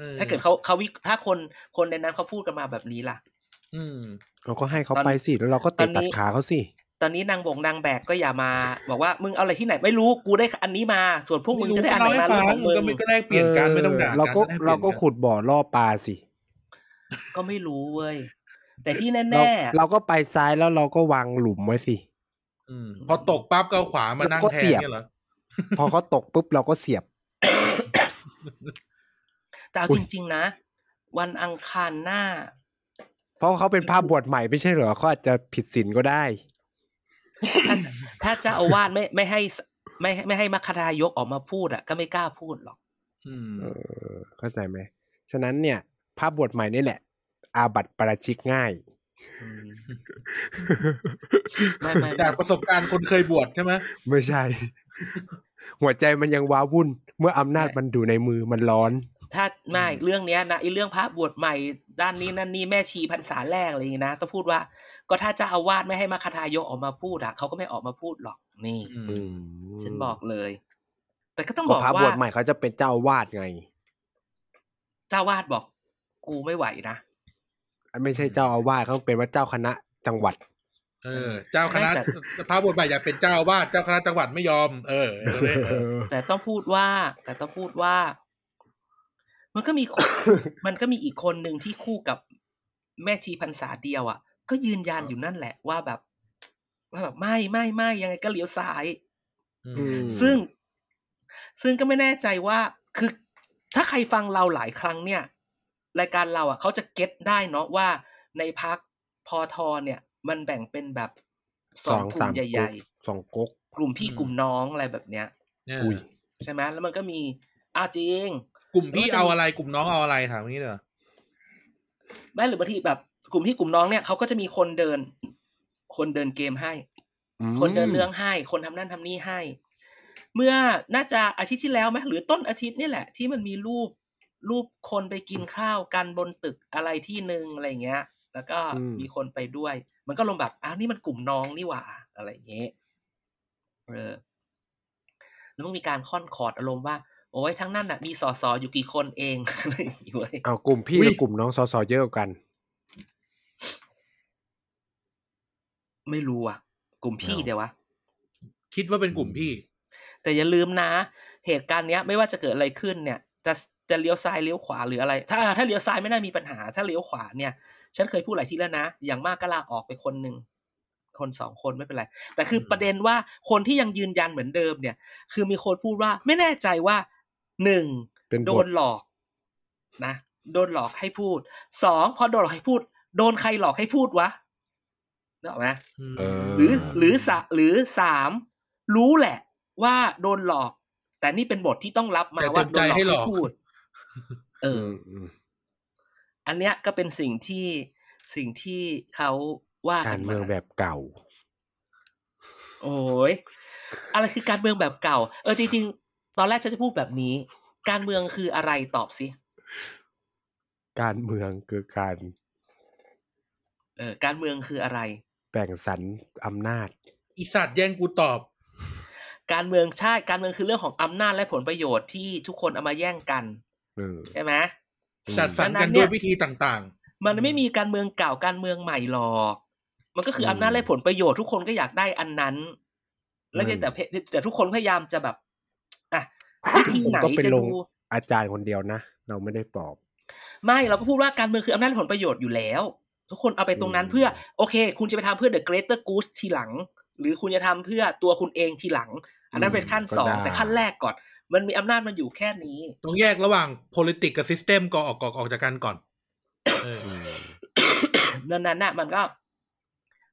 Speaker 2: ออ
Speaker 1: ถ้าเกิดเขาเขาวิถ้าคนคนในนั้นเขาพูดกันมาแบบนี้ล่ะ
Speaker 2: อืม
Speaker 3: เราก็ให้เขาไปสิ แล้วเราก็
Speaker 1: ต
Speaker 3: เตะ
Speaker 1: อนนี้
Speaker 3: ตัดขาเขาสิ
Speaker 1: ตอนนี้นางบงนางแบกก็อย่ามา บอกว่ามึงเอาอะไรที่ไหนไม่รู้กูได้อันนี้มา ส่วนพวกมึงจะได้อันไหนมาเรื่องของมึง
Speaker 2: ก็ไม่ก็แลกเปลี่ยนกันไม่ต้องด่า
Speaker 3: เอน อเราก็
Speaker 2: แลปลี่ยนน
Speaker 3: เราก็ขุดบ่อล่อปลาสิ
Speaker 1: ก็ไม่รู้เว้ยแต่ที่
Speaker 3: เรา
Speaker 1: แน่ๆ
Speaker 3: เราก็ไปซ้ายแล้วเราก็วางหลุมไว้สิ
Speaker 2: อืมพอตกปั๊บก็เอาขวามานั่ง
Speaker 3: เราก็
Speaker 2: แทน
Speaker 3: เสียบ
Speaker 2: เนี่ยเหรอ
Speaker 3: พอเขาตกปุ๊บเราก็เสียบ
Speaker 1: แต่เอา
Speaker 3: อุ๊
Speaker 1: จ
Speaker 3: ย
Speaker 1: ริง ๆ นะ วันอังคารหน้า
Speaker 3: เพราะเขาเป็นภาพบวชใหม่ไม่ใช่เหรอเขาอาจจะผิดศีลก็ได้
Speaker 1: ถ้าจะถ้าเจ้าอาวาสไม่ไม่ให้สไม่ให้ไม่ให้มัคคารายกออกมาพูดอ่ะ ก็ไม่กล้าพูดหรอก
Speaker 2: อืม
Speaker 3: เออเข้าใจไหม ฉะนั้นเนี่ย ภาพบวชใหม่นี่แหละ อาบัติประชิกง่าย
Speaker 1: ไม่ไม่
Speaker 2: จา
Speaker 1: ไม่
Speaker 2: กประสบการณ์คนเคยบวชใช่ไหม
Speaker 3: ไม่ใช่ หัวใจมันยังว้าวุ่น เมื่ออำนาจ
Speaker 1: ใช่
Speaker 3: มันอยู่ในมือมันร้อน
Speaker 1: ถ้าไม่เรื่องเนี้ยนะไอ้เรื่องพระบวชใหม่ด้านนี้นั่นนี่แม่ชีพรรษาแรกอะไรอย่างนี้นะต้องพูดว่า ก็ถ้าเจะอาวาสไม่ให้มาคทายกออกมาพูดอะเขาก็ไม่ออกมาพูดหรอกนี่
Speaker 2: อื
Speaker 3: อื
Speaker 2: ม
Speaker 3: ม
Speaker 1: ฉันบอกเลย แต่ก็ต้องบ
Speaker 3: ก็
Speaker 1: อก
Speaker 3: พระ
Speaker 1: ว่า
Speaker 3: บวชใหม่เขาจะเป็นเจ้าอาวาดไง
Speaker 1: เจ้าวาดบอก กูไม่ไหวนะ
Speaker 3: ไม่ใช่เจ้าอาวาสเขาเป็นว่าเจ้าคณะจังหวัด
Speaker 2: เออ เจ้าคณะ
Speaker 1: ไม่แต่
Speaker 2: พระบวชใหม่อยากเป็นเจ้าอาวาสเจ้าคณะจังหวัดไม่ยอม เออเออเออ
Speaker 1: แต่ต้องพูดว่า แต่ต้องพูดว่า มันก็ มีคน มันก็มีอีกคนหนึ่งที่คู่กับแม่ชีพรรษาเดียวอะก็ยืนยันอยู่นั่นแหละว่าแบบว่าแบบไม่ไม่ไม่ยังไงก็เลี้ยวซ้าย
Speaker 2: อืม
Speaker 3: ม
Speaker 1: ซึ่งซึ่งก็ไม่แน่ใจว่าคือถ้าใครฟังเราหลายครั้งเนี่ย รายการเราอ่ะเขาจะเก็ตได้เนาะว่าในพักพอทอเนี่ย มันแบ่งเป็นแบบส
Speaker 3: ส
Speaker 1: อ
Speaker 3: อง ง
Speaker 1: กลุ่
Speaker 3: สาม ม
Speaker 1: ให
Speaker 3: ก๊
Speaker 1: ญ่
Speaker 3: กสองก๊ก
Speaker 1: ๆ กลุ่มพี่
Speaker 2: อืม
Speaker 1: กลุ่มน้องอะไรแบบเนี้ย
Speaker 2: เนี่ย
Speaker 3: อุ้ย
Speaker 1: ใช่ไหมแล้วมันก็มีอาจริง
Speaker 2: กลุ่มพี่เอาอะไรกลุ่มน้องเอาอะไรถามอย่างนี้เหรอ
Speaker 1: ไม่หรือบางทีแบบกลุ่มที่กลุ่มน้องเนี่ยเขาก็จะมีคนเดิน คนเดินเกมให้
Speaker 3: อืม
Speaker 1: คนเดินเรื่องให้ คนทำนั่นทำนี่ให้ เมื่อน่าจะอาทิตย์ที่แล้วไหมหรือต้นอาทิตย์เนี่ยแหละ ที่มันมีรูปรูปคนไปกินข้าวกันบนตึกอะไรที่หนึ่งอะไรอย่างเงี้ย แล้วก็
Speaker 3: อืม
Speaker 1: มีคนไปด้วย มันก็ลงแบบอ้าวนี่มันกลุ่มน้องนี่หว่า อะไรอย่างเงี้ยเออแล้วมันมีการค่อนคอร์ดอารมณ์ว่า โอ้ยทั้งนั้นน่ะ มีสอสออยู่กี่คนเอง อะไรอย่างเงี้ยเว้ย
Speaker 3: เอากลุ่มพี่
Speaker 2: อุ๊ย
Speaker 3: กับกลุ่มน้องสอสอเยอะกว่ากัน
Speaker 1: ไม่รู้อ่ะ กลุ่มพี่
Speaker 3: ไม่เอา
Speaker 1: เดี๋ยววะ
Speaker 2: คิดว่าเป็นกลุ่มพี่
Speaker 1: แต่อย่าลืมนะ เหตุการณ์เนี้ย ไม่ว่าจะเกิดอะไรขึ้นเนี่ย จะจะเลี้ยวซ้ายเลี้ยวขวาหรืออะไร ถ้าถ้าเลี้ยวซ้ายไม่น่ามีปัญหา ถ้าเลี้ยวขวาเนี่ย ฉันเคยพูดหลายทีแล้วนะ อย่างมากก็ลาออกไปคนหนึ่งคนสองคนไม่เป็นไร แต่คือ
Speaker 2: อืม
Speaker 1: ประเด็นว่าคนที่ยังยืนยันเหมือนเดิมเนี่ย คือมีคนพูดว่าไม่แน่ใจว่าหนึ่ง
Speaker 3: เป็นบ
Speaker 1: โด
Speaker 3: ท
Speaker 1: นหลอกนะ โดนหลอกให้พูดสองพอโดนหลอกให้พูด โดนใครหลอกให้พูดวะนึกออกไหม
Speaker 2: ม
Speaker 3: เออ
Speaker 1: หรือหรือสะหรือสามรู้แหละว่าโดนหลอก แต่นี่เป็นบทที่ต้องรับมา
Speaker 2: แต่เต็
Speaker 1: ว่าม โด
Speaker 2: ใจ
Speaker 1: น
Speaker 2: ให้ห
Speaker 1: ห
Speaker 2: ล
Speaker 1: ล
Speaker 2: อ
Speaker 1: อก กให้พูด เออ
Speaker 3: มม
Speaker 1: อันเนี้ยก็เป็นสิ่งที่สิ่งที่เขาว่า
Speaker 3: การเมืองแบบเก่า
Speaker 1: โอ้ยอะไรคือการเมืองแบบเก่า เออจริงๆ ตอนแรกฉันจะพูดแบบนี้ การเมืองคืออะไรตอบสิ
Speaker 3: การเมืองคือการ
Speaker 1: เออการเมืองคืออะไร
Speaker 3: แบ่งสรรอำนาจ
Speaker 2: อีสัตว์แย่งกูตอบ
Speaker 1: การเมืองใช่ การเมืองคือเรื่องของอำนาจและผลประโยชน์ที่ทุกคนเอามาแย่งกัน
Speaker 3: เออ
Speaker 1: ใช่ไหม
Speaker 2: จัดสรร
Speaker 1: ดังนั้
Speaker 2: กัน
Speaker 1: น
Speaker 2: ด้วย
Speaker 1: เนี่ย
Speaker 2: วิธีต่าง
Speaker 1: มัน
Speaker 2: อืม
Speaker 1: ไม่มีการเมืองเก่าการเมืองใหม่หรอก มันก็คืออำนาจและผลประโยชน์ทุกคนก็อยากได้อันนั้น แล้วเนี่ยแต่เพแต่ทุกคนพยายามจะแบบอ่ะวิธี
Speaker 3: ผม
Speaker 1: ไหน
Speaker 3: ก็ไป
Speaker 1: จะ
Speaker 3: ล
Speaker 1: ดู
Speaker 3: งอาจารย์คนเดียวนะ เราไม่ได้ปอบ
Speaker 1: ไม่เราก็พูดว่าการเมืองคืออำนาจและผลประโยชน์อยู่แล้ว ทุกคนเอาไปตรงนั้น
Speaker 3: อืม
Speaker 1: เพื่อ โอเค คุณจะไปทำเพื่อ the greater good ทีหลัง หรือคุณจะทำเพื่อตัวคุณเองทีหลัง อันนั้นเป็นขั้นสอง
Speaker 3: ก็ได้
Speaker 1: แต่ขั้นแรกก่อน มันมีอำนาจมันอยู่แค่นี้
Speaker 2: ๆ ต้องแยกระหว่าง politics กับ system ก่อนออกก่อนออกจากกันก่อนเออ
Speaker 3: อืม
Speaker 1: ดังนั้นน่ะมันก็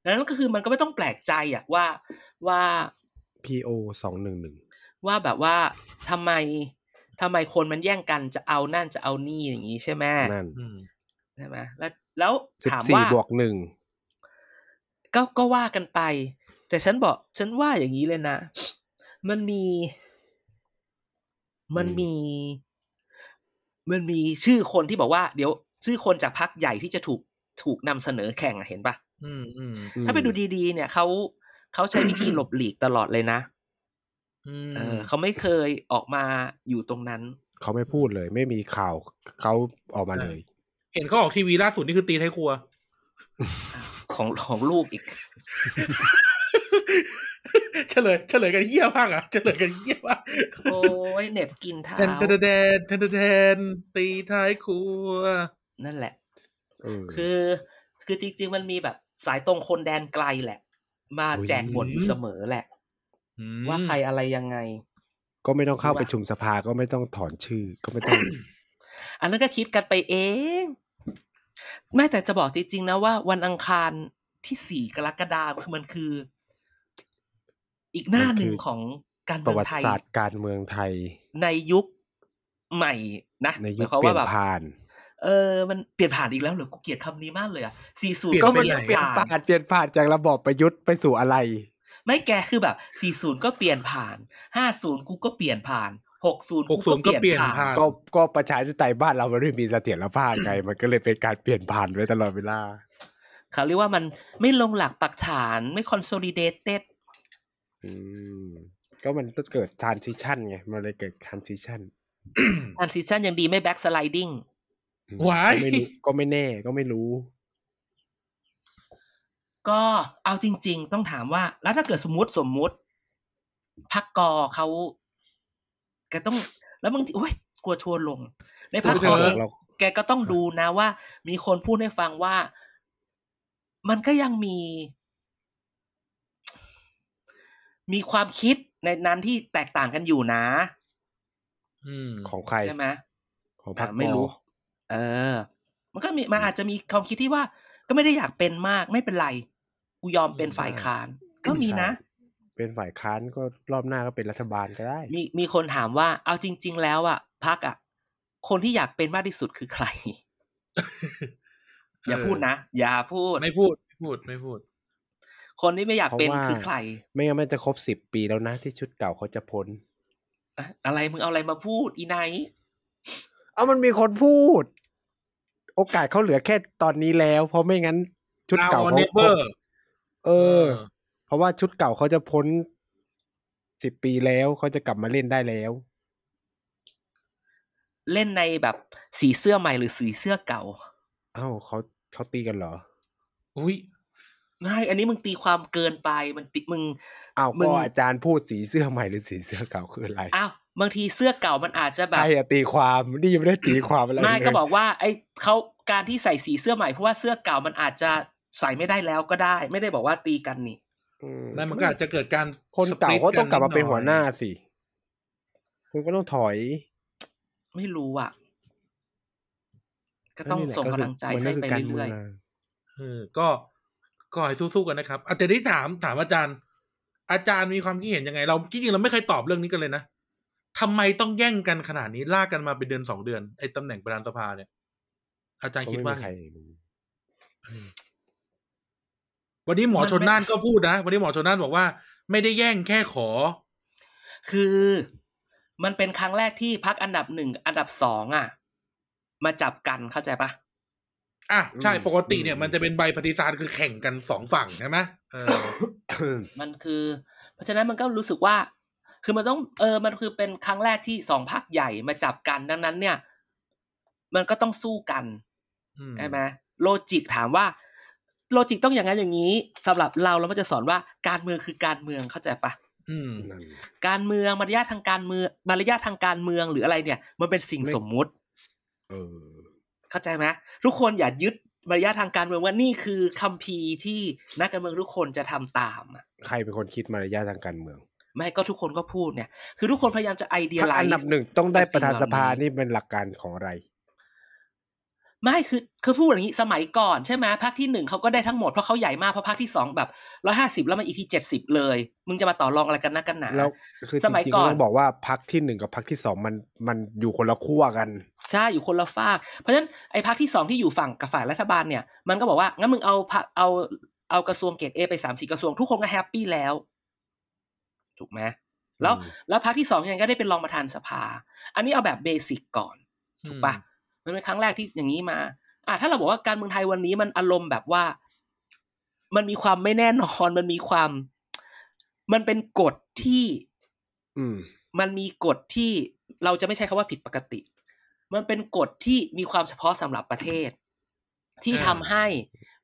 Speaker 1: ดังนั้นก็คือมันก็ไม่ต้องแปลกใจอะว่าว่า
Speaker 3: พีโอสองหนึ่งหนึ่ง
Speaker 1: ว่าแบบว่าทำไมทำไมคนมันแย่งกันจะเอานั่นจะเอานี่อย่างนี้ใช่ไหม
Speaker 3: นั่น
Speaker 2: อืม
Speaker 1: ใช่ไหมแล้วแล้ว
Speaker 3: สิบ
Speaker 1: ถาม
Speaker 3: สี่
Speaker 1: ว่า
Speaker 3: บวกหนึ่ง
Speaker 1: ก็ก็ว่ากันไป แต่ฉันบอก ฉันว่าอย่างนี้เลยนะ มันมี มันมี มันมีชื่อคนที่บอกว่า เดี๋ยวชื่อคนจากพักใหญ่ที่จะถูกถูกนำเสนอแข่งอะเห็นปะ
Speaker 2: อืมอืม
Speaker 1: ถ้าไปดูดีๆ เนี่ยเขาเขาใช้วิธีหลบหลีกตลอดเลยนะ
Speaker 2: อืม
Speaker 1: เออเขาไม่เคยออกมาอยู่ตรงนั้น
Speaker 3: เขาไม่พูดเลย ไม่มีข่าวเขาออกมาเลย
Speaker 2: เห็นเขาออกทีวีล่าสุดนี่คือตีไทยครัว
Speaker 1: ของของลูกอีก
Speaker 2: เฉลยเฉลยกันเยี่ยมากอ่ะเฉลยกันเยี่ยมาก
Speaker 1: โอ้ยเหน็บกินเท้า
Speaker 2: แทนแทนแทนแทนแทนแทนตีท้ายครัว
Speaker 1: นั่นแหละ
Speaker 3: เออ
Speaker 1: คือ คือจริงๆมันมีแบบสายตรงคนแดนไกลแหละ มา
Speaker 3: โอ้ย
Speaker 1: แจกบทอยู่เสมอแหละ
Speaker 2: อืม
Speaker 1: ว่าใครอะไรยังไง
Speaker 3: ก็ไม่ต้องเข้าประชุมสภาก็ไม่ต้องถอนชื่อ ก็ไม่ต้อง
Speaker 1: อันนั้นก็คิดกันไปเองไม่แต่จะบอกจริงๆนะว่าวันอังคารที่สี่4กรกฎาคมมันคือ อีกหน้าหนึ่ง
Speaker 3: มันคือ
Speaker 1: ของการ
Speaker 3: ป
Speaker 1: เมื
Speaker 3: ระ
Speaker 1: อง
Speaker 3: วัติ
Speaker 1: ไทย
Speaker 3: ศาสตร์การเมืองไทย
Speaker 1: ในยุคใหม่นะ
Speaker 3: ในยุค
Speaker 1: หมาาม
Speaker 3: เป
Speaker 1: ว่า
Speaker 3: ลี่ย
Speaker 1: น แบบ
Speaker 3: ผ่าน
Speaker 1: เออ มันเปลี่ยนผ่านอีกแล้วเหรอ กูเกลียดคำนี้มากเลยอะ40
Speaker 3: ก็มัน
Speaker 2: ไไห
Speaker 3: เปลี่ยนผ่านเปลี่ยนผ่านจากระบอบประยุทธ์ไปสู่อะไร
Speaker 1: ไม่แกคือแบบ 40 ก็เปลี่ยนผ่าน 50 กูก็เปลี่ยนผ่าน 60
Speaker 2: หกศูนย์ก็เปลี่ยนผ่าน
Speaker 3: ก็ก็ประชาธิปไตยบ้านเรามันไม่มีเสถียรภาพไง มันก็เลยเป็นการเปลี่ยนผ่านไปตลอดเวลา
Speaker 1: เขาเรียกว่ามันไม่ลงหลักปักฐานไม่ consolidated
Speaker 3: อืม ก็มันต้องเกิด transition ไง มันเลยเกิด transition
Speaker 1: transition ยังดีไม่ backsliding
Speaker 3: อืม
Speaker 2: Why?
Speaker 3: ก็ไม่รู้ก็ไม่แน่ก็ไม่รู้
Speaker 1: ก็เอาจริง ๆ ต้องถามว่า แล้วถ้าเกิดสมมติสมมุติพักกอเขาแกต้อง แล้วบางทีโอ้ยกลัวทัวร์ลง ในพักกอเอง
Speaker 3: เรา
Speaker 1: แกก็ต้องดูนะว่า มีคนพูดให้ฟังว่า มันก็ยังมี มีความคิดในนั้นที่แตกต่างกันอยู่นะ
Speaker 2: อืม
Speaker 3: ของใคร
Speaker 1: ใช่ไหม
Speaker 3: ของพรรค
Speaker 1: อ่าไม่รู้
Speaker 3: ก
Speaker 1: เออ มันก็มีมันอาจจะมีความคิดที่ว่า ก็ไม่ได้อยากเป็นมากไม่เป็นไร กูยอมเป็นฝ่ายค้าน
Speaker 3: อ
Speaker 1: ก็มีนะ
Speaker 3: ใช่เป็นฝ่ายค้านก็รอบหน้าก็เป็นรัฐบาลก็ได้
Speaker 1: มีมีคนถามว่า เอาจริง ๆ แล้วอ่ะพักอ่ะ คนที่อยากเป็นมากที่สุดคือใคร อย่าพูดนะ อย่าพูด
Speaker 2: ไม่พูดไม่พูดไม่พูด
Speaker 1: คนที่ไม่อยากเป็น
Speaker 3: เพราะว่า
Speaker 1: คือใคร
Speaker 3: ไม่งั้นมันจะครบสิบปีแล้วนะที่ชุดเก่าเขาจะพ้น
Speaker 1: อะอะไรมึงเอาอะไรมาพูดอีไนท์
Speaker 3: เอามันมีคนพูด โอกาสเขาเหลือแค่ตอนนี้แล้ว เพราะไม่งั้นชุด
Speaker 2: Now
Speaker 3: เก่า
Speaker 2: or
Speaker 3: เขา
Speaker 2: never
Speaker 3: เออ เพราะว่าชุดเก่าเขาจะพ้นสิบปีแล้วเขาจะกลับมาเล่นได้แล้ว
Speaker 1: เล่นในแบบสีเสื้อใหม่หรือสีเสื้อเก่า
Speaker 3: เอ้าเขาเขาตีกันเหรอ
Speaker 2: อุ้ย
Speaker 1: ไม่อันนี้มึงตีความเกินไปมันติมึง
Speaker 3: อ้าว
Speaker 1: มึ
Speaker 3: ก็
Speaker 1: ง
Speaker 3: อาจารย์พูดสีเสื้อใหม่หรือสีเสื้อเก่าคืออะไร
Speaker 1: อ้าวบางทีเสื้อเก่ามันอาจจะแบ
Speaker 3: ใค
Speaker 1: บ
Speaker 3: รอะตีความนี่ยังไม่ได้ตีความอะไร
Speaker 1: ไม่
Speaker 3: เลย
Speaker 1: ก็บอกว่า ไอ้เขาการที่ใส่สีเสื้อใหม่เพราะว่าเสื้อเก่ามันอาจจะใส่ไม่ได้แล้วก็ได้ ไม่ได้บอกว่าตีกันนี่
Speaker 3: อืม
Speaker 2: นั่นมันก็อาจจะเกิดการ
Speaker 3: คนเก่า
Speaker 2: สลิด
Speaker 3: ก็ต้องกลับมาเป็น
Speaker 2: ดอย
Speaker 3: หัวหน้าสิคุณก็ต้องถอย
Speaker 1: ไม่รู้อ่ะ ก็ต้อง
Speaker 3: นั่นแหละ
Speaker 1: ส่ง
Speaker 3: ก็คื
Speaker 1: กำลังใจ
Speaker 3: มันก็
Speaker 1: ให้ไป
Speaker 3: คือการ
Speaker 1: เรื่อย
Speaker 3: มืง
Speaker 2: เออก็ก็ให้สู้ๆกันนะครับอ่ะแต่ที่ถามถามอาจารย์ อาจารย์มีความคิดเห็นยังไง เราจริงๆเราไม่เคยตอบเรื่องนี้กันเลยนะทำไมต้องแย่งกันขนาดนี้ลากกันมาเป็นเดือนสองเดือนไอ้ตำแหน่งประธานสภาเนี่ย อาจารย์คิดว่าไง วันนี้หมอชนน่านก็พูดนะ วันนี้หมอชนน่านบอกว่า ไม่ได้แย่งแค่ขอ
Speaker 1: ๆ คือ มันเป็นครั้งแรกที่พักอันดับหนึ่งอันดับสองอ่ะ มาจับกันเข้าใจปะ
Speaker 2: อ่ะใช่
Speaker 3: อืม
Speaker 2: ปกติเนี่ย
Speaker 3: อืม
Speaker 2: มันจะเป็นใบปฏิสานคือแข่งกันสองฝั่งใช่ไหมเออ
Speaker 1: มันคือ เพราะฉะนั้นมันก็รู้สึกว่า คือมันต้อง เออ มันคือเป็นครั้งแรกที่สองพักใหญ่มาจับกันดังนั้น เนี่ย มันก็ต้องสู้กัน
Speaker 2: อืม
Speaker 1: ใช่ไหมโลจิกถามว่า โลจิกต้องอย่างนั้นอย่างนี้สำหรับเราเราก็จะสอนว่าการเมืองคือการเมืองเข้าใจปะ
Speaker 2: อืม
Speaker 3: นั่น
Speaker 1: การเมืองมารยาททางการเมืองมารยาททางการเมืองหรืออะไรเนี่ย มันเป็นสิ่ง
Speaker 3: ไม่
Speaker 1: สมมุติ
Speaker 3: เออ
Speaker 1: เข้าใจไหมทุกคนอย่ายึดมารยาททางการเมืองว่านี่คือคัมภีร์ที่นักการเมืองทุกคนจะทำตามอะ
Speaker 3: ใครเป็นคนคิดมารยาททางการเมือง
Speaker 1: ไม่ก็ทุกคนก็พูดเนี่ย คือทุกคนพยายามจะไอเดีย
Speaker 3: พรรค
Speaker 1: ไล
Speaker 3: อันดับ
Speaker 1: ซ์
Speaker 3: หนึ่งต้องได้ประธานสภา
Speaker 1: สิ่งเหล่านี้
Speaker 3: นี่เป็นหลักการของอะไร
Speaker 1: ไม่คือคือพูดอย่างนี้สมัยก่อนใช่ไหมพรรคที่หนึ่งเขาก็ได้ทั้งหมดเพราะเขาใหญ่มากเพราะพรรคที่สองแบบร้อยห้าสิบแล้วมันอีกที่เจ็ดสิบเลย มึงจะมาต่อรองอะไรกันนักกันหนา
Speaker 3: แล้วคือจ
Speaker 1: สมัย
Speaker 3: ริง
Speaker 1: ก่
Speaker 3: ๆ
Speaker 1: อน
Speaker 3: ก็ต้องบอกว่าพักที่หนึ่งกับพักที่สองมันมันอยู่คนละขั้วกัน
Speaker 1: ใช่อยู่คนละฝาก เพราะฉะนั้นไอ้พรรคที่สองที่อยู่ฝั่งกับฝ่ายรัฐบาลเนี่ยมันก็บอกว่างั้นมึงเอาพรรคเอาเอากระทรวงเกรดเอไปสามสี่กระทรวงทุกคนก็แฮปปี้แล้ว ถูกไหมแล้ว
Speaker 3: อืม
Speaker 1: แล้วพรรคที่สองยังก็ได้เป็นรองประธานสภา อันนี้เอาแบบเบสิกก่อน ถูกปะ
Speaker 2: อืม
Speaker 1: มันเป็นครั้งแรกที่อย่างนี้มา อ่ะถ้าเราบอกว่าการเมืองไทยวันนี้มันอารมณ์แบบว่า มันมีความไม่แน่นอน มันมีความ มันเป็นกฎที่
Speaker 3: อืม
Speaker 1: มันมีกฎที่เราจะไม่ใช้คำว่าผิดปกติ มันเป็นกฎที่มีความเฉพาะสำหรับประเทศ ที่
Speaker 2: อ่า
Speaker 1: ทำให้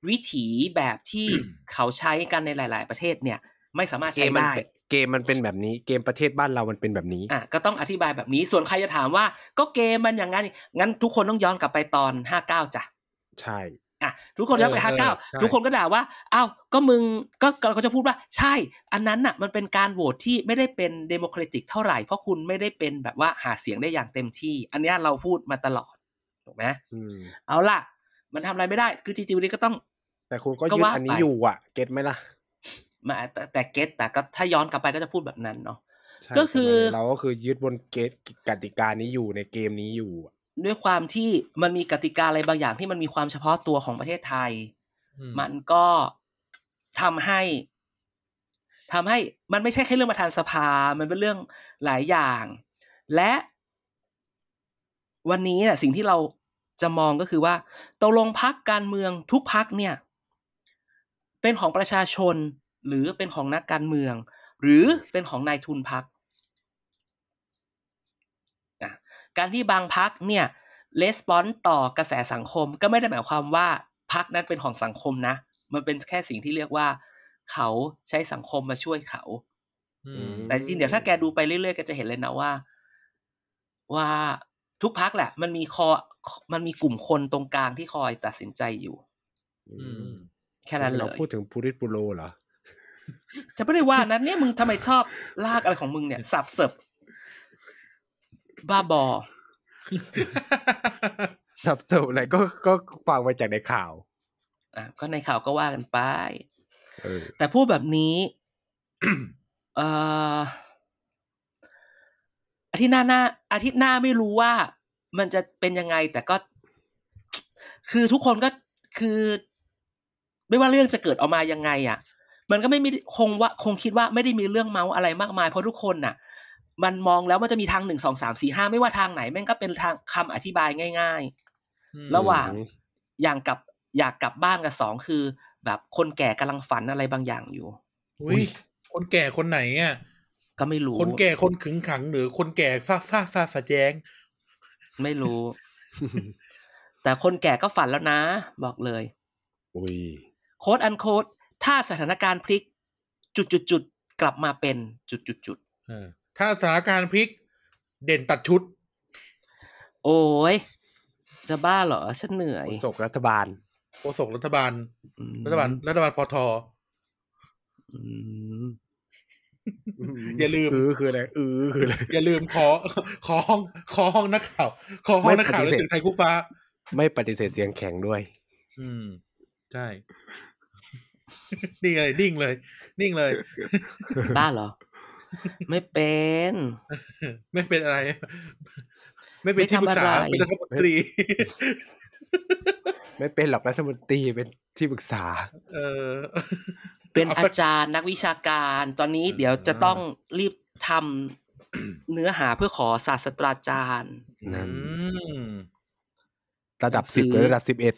Speaker 1: วิถีแบบที่เขาใช้กันในหลาย ๆ ประเทศเนี่ย ไม่สามารถ
Speaker 3: เก
Speaker 1: ใช้
Speaker 3: มมัน
Speaker 1: ได้
Speaker 3: เป็นเกมมันเป็นแบบนี้ เกมประเทศบ้านเรามันเป็นแบบนี้
Speaker 1: อ่ะก็ต้องอธิบายแบบนี้ ส่วนใครจะถามว่า ก็เกมมันอย่างนั้นงั้นทุกคนต้องย้อนกลับไปตอนห้าเก้าจ้ะ
Speaker 3: ใช่
Speaker 1: อ่ะทุกคนย้อนไป
Speaker 2: เออ
Speaker 1: ห้า
Speaker 2: เอ
Speaker 1: เก้า
Speaker 2: อใช่
Speaker 1: ทุกคนก็ด่าว่าอ้าวก็มึงก็เราก็จะพูดว่า ใช่ อันนั้นน่ะ มันเป็นการโหวตที่ไม่ได้เป็นเดโมแครติกเท่าไหร่เพราะคุณไม่ได้เป็นแบบว่าหาเสียงได้อย่างเต็มที่ อันเนี้ยเราพูดมาตลอดถูกไหม
Speaker 3: อืม
Speaker 1: เอาล่ะ มันทำอะไรไม่ได้ คือจริงๆวันนี้ก็ต้อง
Speaker 3: แต่คุณก็
Speaker 1: ก็
Speaker 3: ยึด
Speaker 1: ว่า
Speaker 3: อันนี้
Speaker 1: ไป
Speaker 3: อยู่อ่ะ เก็ตไหมล่ะ
Speaker 1: มาแต่แต่เก็ตแต่ก็ถ้าย้อนกลับไปก็จะพูดแบบนั้นเนาะ
Speaker 3: ใช่
Speaker 1: ก็คือ
Speaker 3: สมัยเราก็คือยึดบนเกตกติกานี้อยู่ในเกมนี้อยู่อะ
Speaker 1: ด้วยความที่มันมีกติกาอะไรบางอย่างที่มันมีความเฉพาะตัวของประเทศไทย
Speaker 2: อืม
Speaker 1: มันก็ทำให้ทำให้มันไม่ใช่แค่เรื่องประธานสภา มันเป็นเรื่องหลายอย่าง และวันนี้น่ะสิ่งที่เราจะมองก็คือว่าตกลงพักการเมืองทุกพักเนี่ย เป็นของประชาชนหรือเป็นของนักการเมือง หรือเป็นของนายทุนพัก การที่บางพักเนี่ยレスปอนต่อกระแสสังคมก็ไม่ได้หมายความว่าพักนั้นเป็นของสังคมนะ มันเป็นแค่สิ่งที่เรียกว่า เขาใช้สังคมมาช่วยเขา
Speaker 2: อืม
Speaker 1: แต่ จริงๆเดี๋ยวถ้าแกดูไปเรื่อยๆก็จะเห็นเลยนะว่า ว่าทุกพักแหละ มันมีคอมันมีกลุ่มคนตรงกลางที่คอยตัดสินใจอยู่
Speaker 3: อื
Speaker 2: อื
Speaker 3: ม
Speaker 2: ม
Speaker 1: แค่นั้นเล
Speaker 3: เรา
Speaker 1: ย
Speaker 3: พูดถึงปูริสปูโรเหรอ
Speaker 1: จะไม่ได้ว่านั้นเนี่ยมึงทำไมชอบลากอะไรของมึงเนี่ยสับเสิบบ้าบอ
Speaker 3: สับสนอะไรก็ก็ฟังมาจากในข่าว
Speaker 1: อ่ะก็ในข่าวก็ว่ากันไป
Speaker 3: เออ
Speaker 1: แต่พูดแบบนี้ เอ่ออาทิตย์หน้าหน้าอาทิตย์หน้าไม่รู้ว่ามันจะเป็นยังไง แต่ก็ คือทุกคนก็ คือ ไม่ว่าเรื่องจะเกิดออกมายังไงอ่ะ มันก็ไม่มีคงว่าคงคิดว่าไม่ได้มีเรื่องเมาส์อะไรมากมายเพราะทุกคนน่ะ มันมองแล้วมันจะมีทางหนึ่งสองสามสี่ห้าไม่ว่าทางไหนแม่งก็เป็นทางคำอธิบายง่าย
Speaker 2: อืม
Speaker 1: ๆ ระหว่างอย่างกับอยากกลับบ้านกับสองคือ แบบคนแก่กำลังฝันอะไรบางอย่างอยู่
Speaker 2: อุ้ยคนแก่คนไหนอ่ะ
Speaker 1: ก็ไม่รู้
Speaker 2: คนแก่คนขึงขังหรือคนแก่ฟาฟาฟาฟาแจง
Speaker 1: ไม่รู้ แต่คนแก่ก็ฝันแล้วนะ บอกเลย
Speaker 3: อุ้ย
Speaker 1: โค้ดอันโค้ดถ้าสถานการณ์พลิก จุดจุดจุดกลับมาเป็นจุดจุดจุด
Speaker 2: เออ ถ้าสถานการณ์พลิก เด่นตัดชุด
Speaker 1: โอ้ยจะบ้าเหรอ ฉันเหนื่อย
Speaker 3: โฆษกรัฐบาล
Speaker 2: โฆษกรัฐบาล
Speaker 1: อืม
Speaker 2: รัฐบาล รัฐบาลพอทอ
Speaker 1: อืม
Speaker 2: อย่าลืม
Speaker 3: อือคืออะไรอือคืออะไร
Speaker 2: อย่าลืมขอ ขอห้อง ขอห้องนักข่าว ขอห้องนักข่าวและ
Speaker 3: ไม่ปฏิเสธ
Speaker 2: ตึกไทยคู่ฟ้า
Speaker 3: ไม่ปฏิเสธเสียงแข็งด้วย
Speaker 2: อืม ใช่ นี่เลย นิ่งเลย นิ่งเลย
Speaker 1: บ้าเหรอ ไม่เป็น
Speaker 2: ไม่เป็นอะไร ไม่เป็นที่ปรึกษา
Speaker 1: ไม่ทำอะไร
Speaker 2: เป็นรัฐมนตรี
Speaker 3: ไม่เป็นหรอกรัฐมนตรีเป็นที่ปรึกษา
Speaker 2: เออ
Speaker 1: เป็นอาจารย์นักวิชาการ ตอนนี้เดี๋ยวจะต้องรีบทำ เนื้อหาเพื่อขอศาสตราจารย์
Speaker 2: อื
Speaker 3: นั่น
Speaker 2: ม
Speaker 3: ระดับ
Speaker 1: หนังสื
Speaker 3: สิบ
Speaker 1: อ
Speaker 3: หรือระดับสิบเอ็ด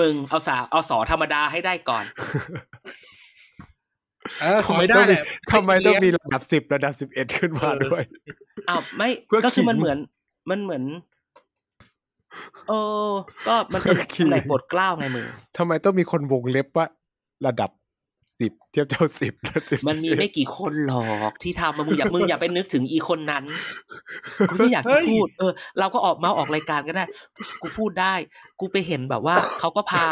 Speaker 1: มึงเอาสาเอาสอธรรมดาให้ได้ก่อน
Speaker 2: เออขอไม่ได้แหละ
Speaker 3: ทำไมต้องมีระดับสิบระดับสิบเอ็ดขึ้นมา
Speaker 2: เออ
Speaker 3: ด้วย
Speaker 1: อ้าวไม่
Speaker 3: เพื่อ
Speaker 1: ก็คือ
Speaker 3: ขิง
Speaker 1: มันเหมือนมันเหมือนโอ้ก็มันเป็น
Speaker 3: เพื่อขิง
Speaker 1: อะไรโปรดเกล้าไงมึง
Speaker 3: ทำไมต้องมีคนวงเล็บว่า ระดับสิบเทียบเท่าสิบระดับสิบ
Speaker 1: มันมีไม่กี่คนหรอกที่ทำมามึงอย่ามึงอย่าไปนึกถึงอีคนนั้นกูไม่อยาก
Speaker 2: เฮ้
Speaker 1: จะ
Speaker 2: ย
Speaker 1: พูด เออ เราก็ออกเมาส์ออกรายการก็ได้ กูพูดได้ กูไปเห็นแบบว่าเขาก็พา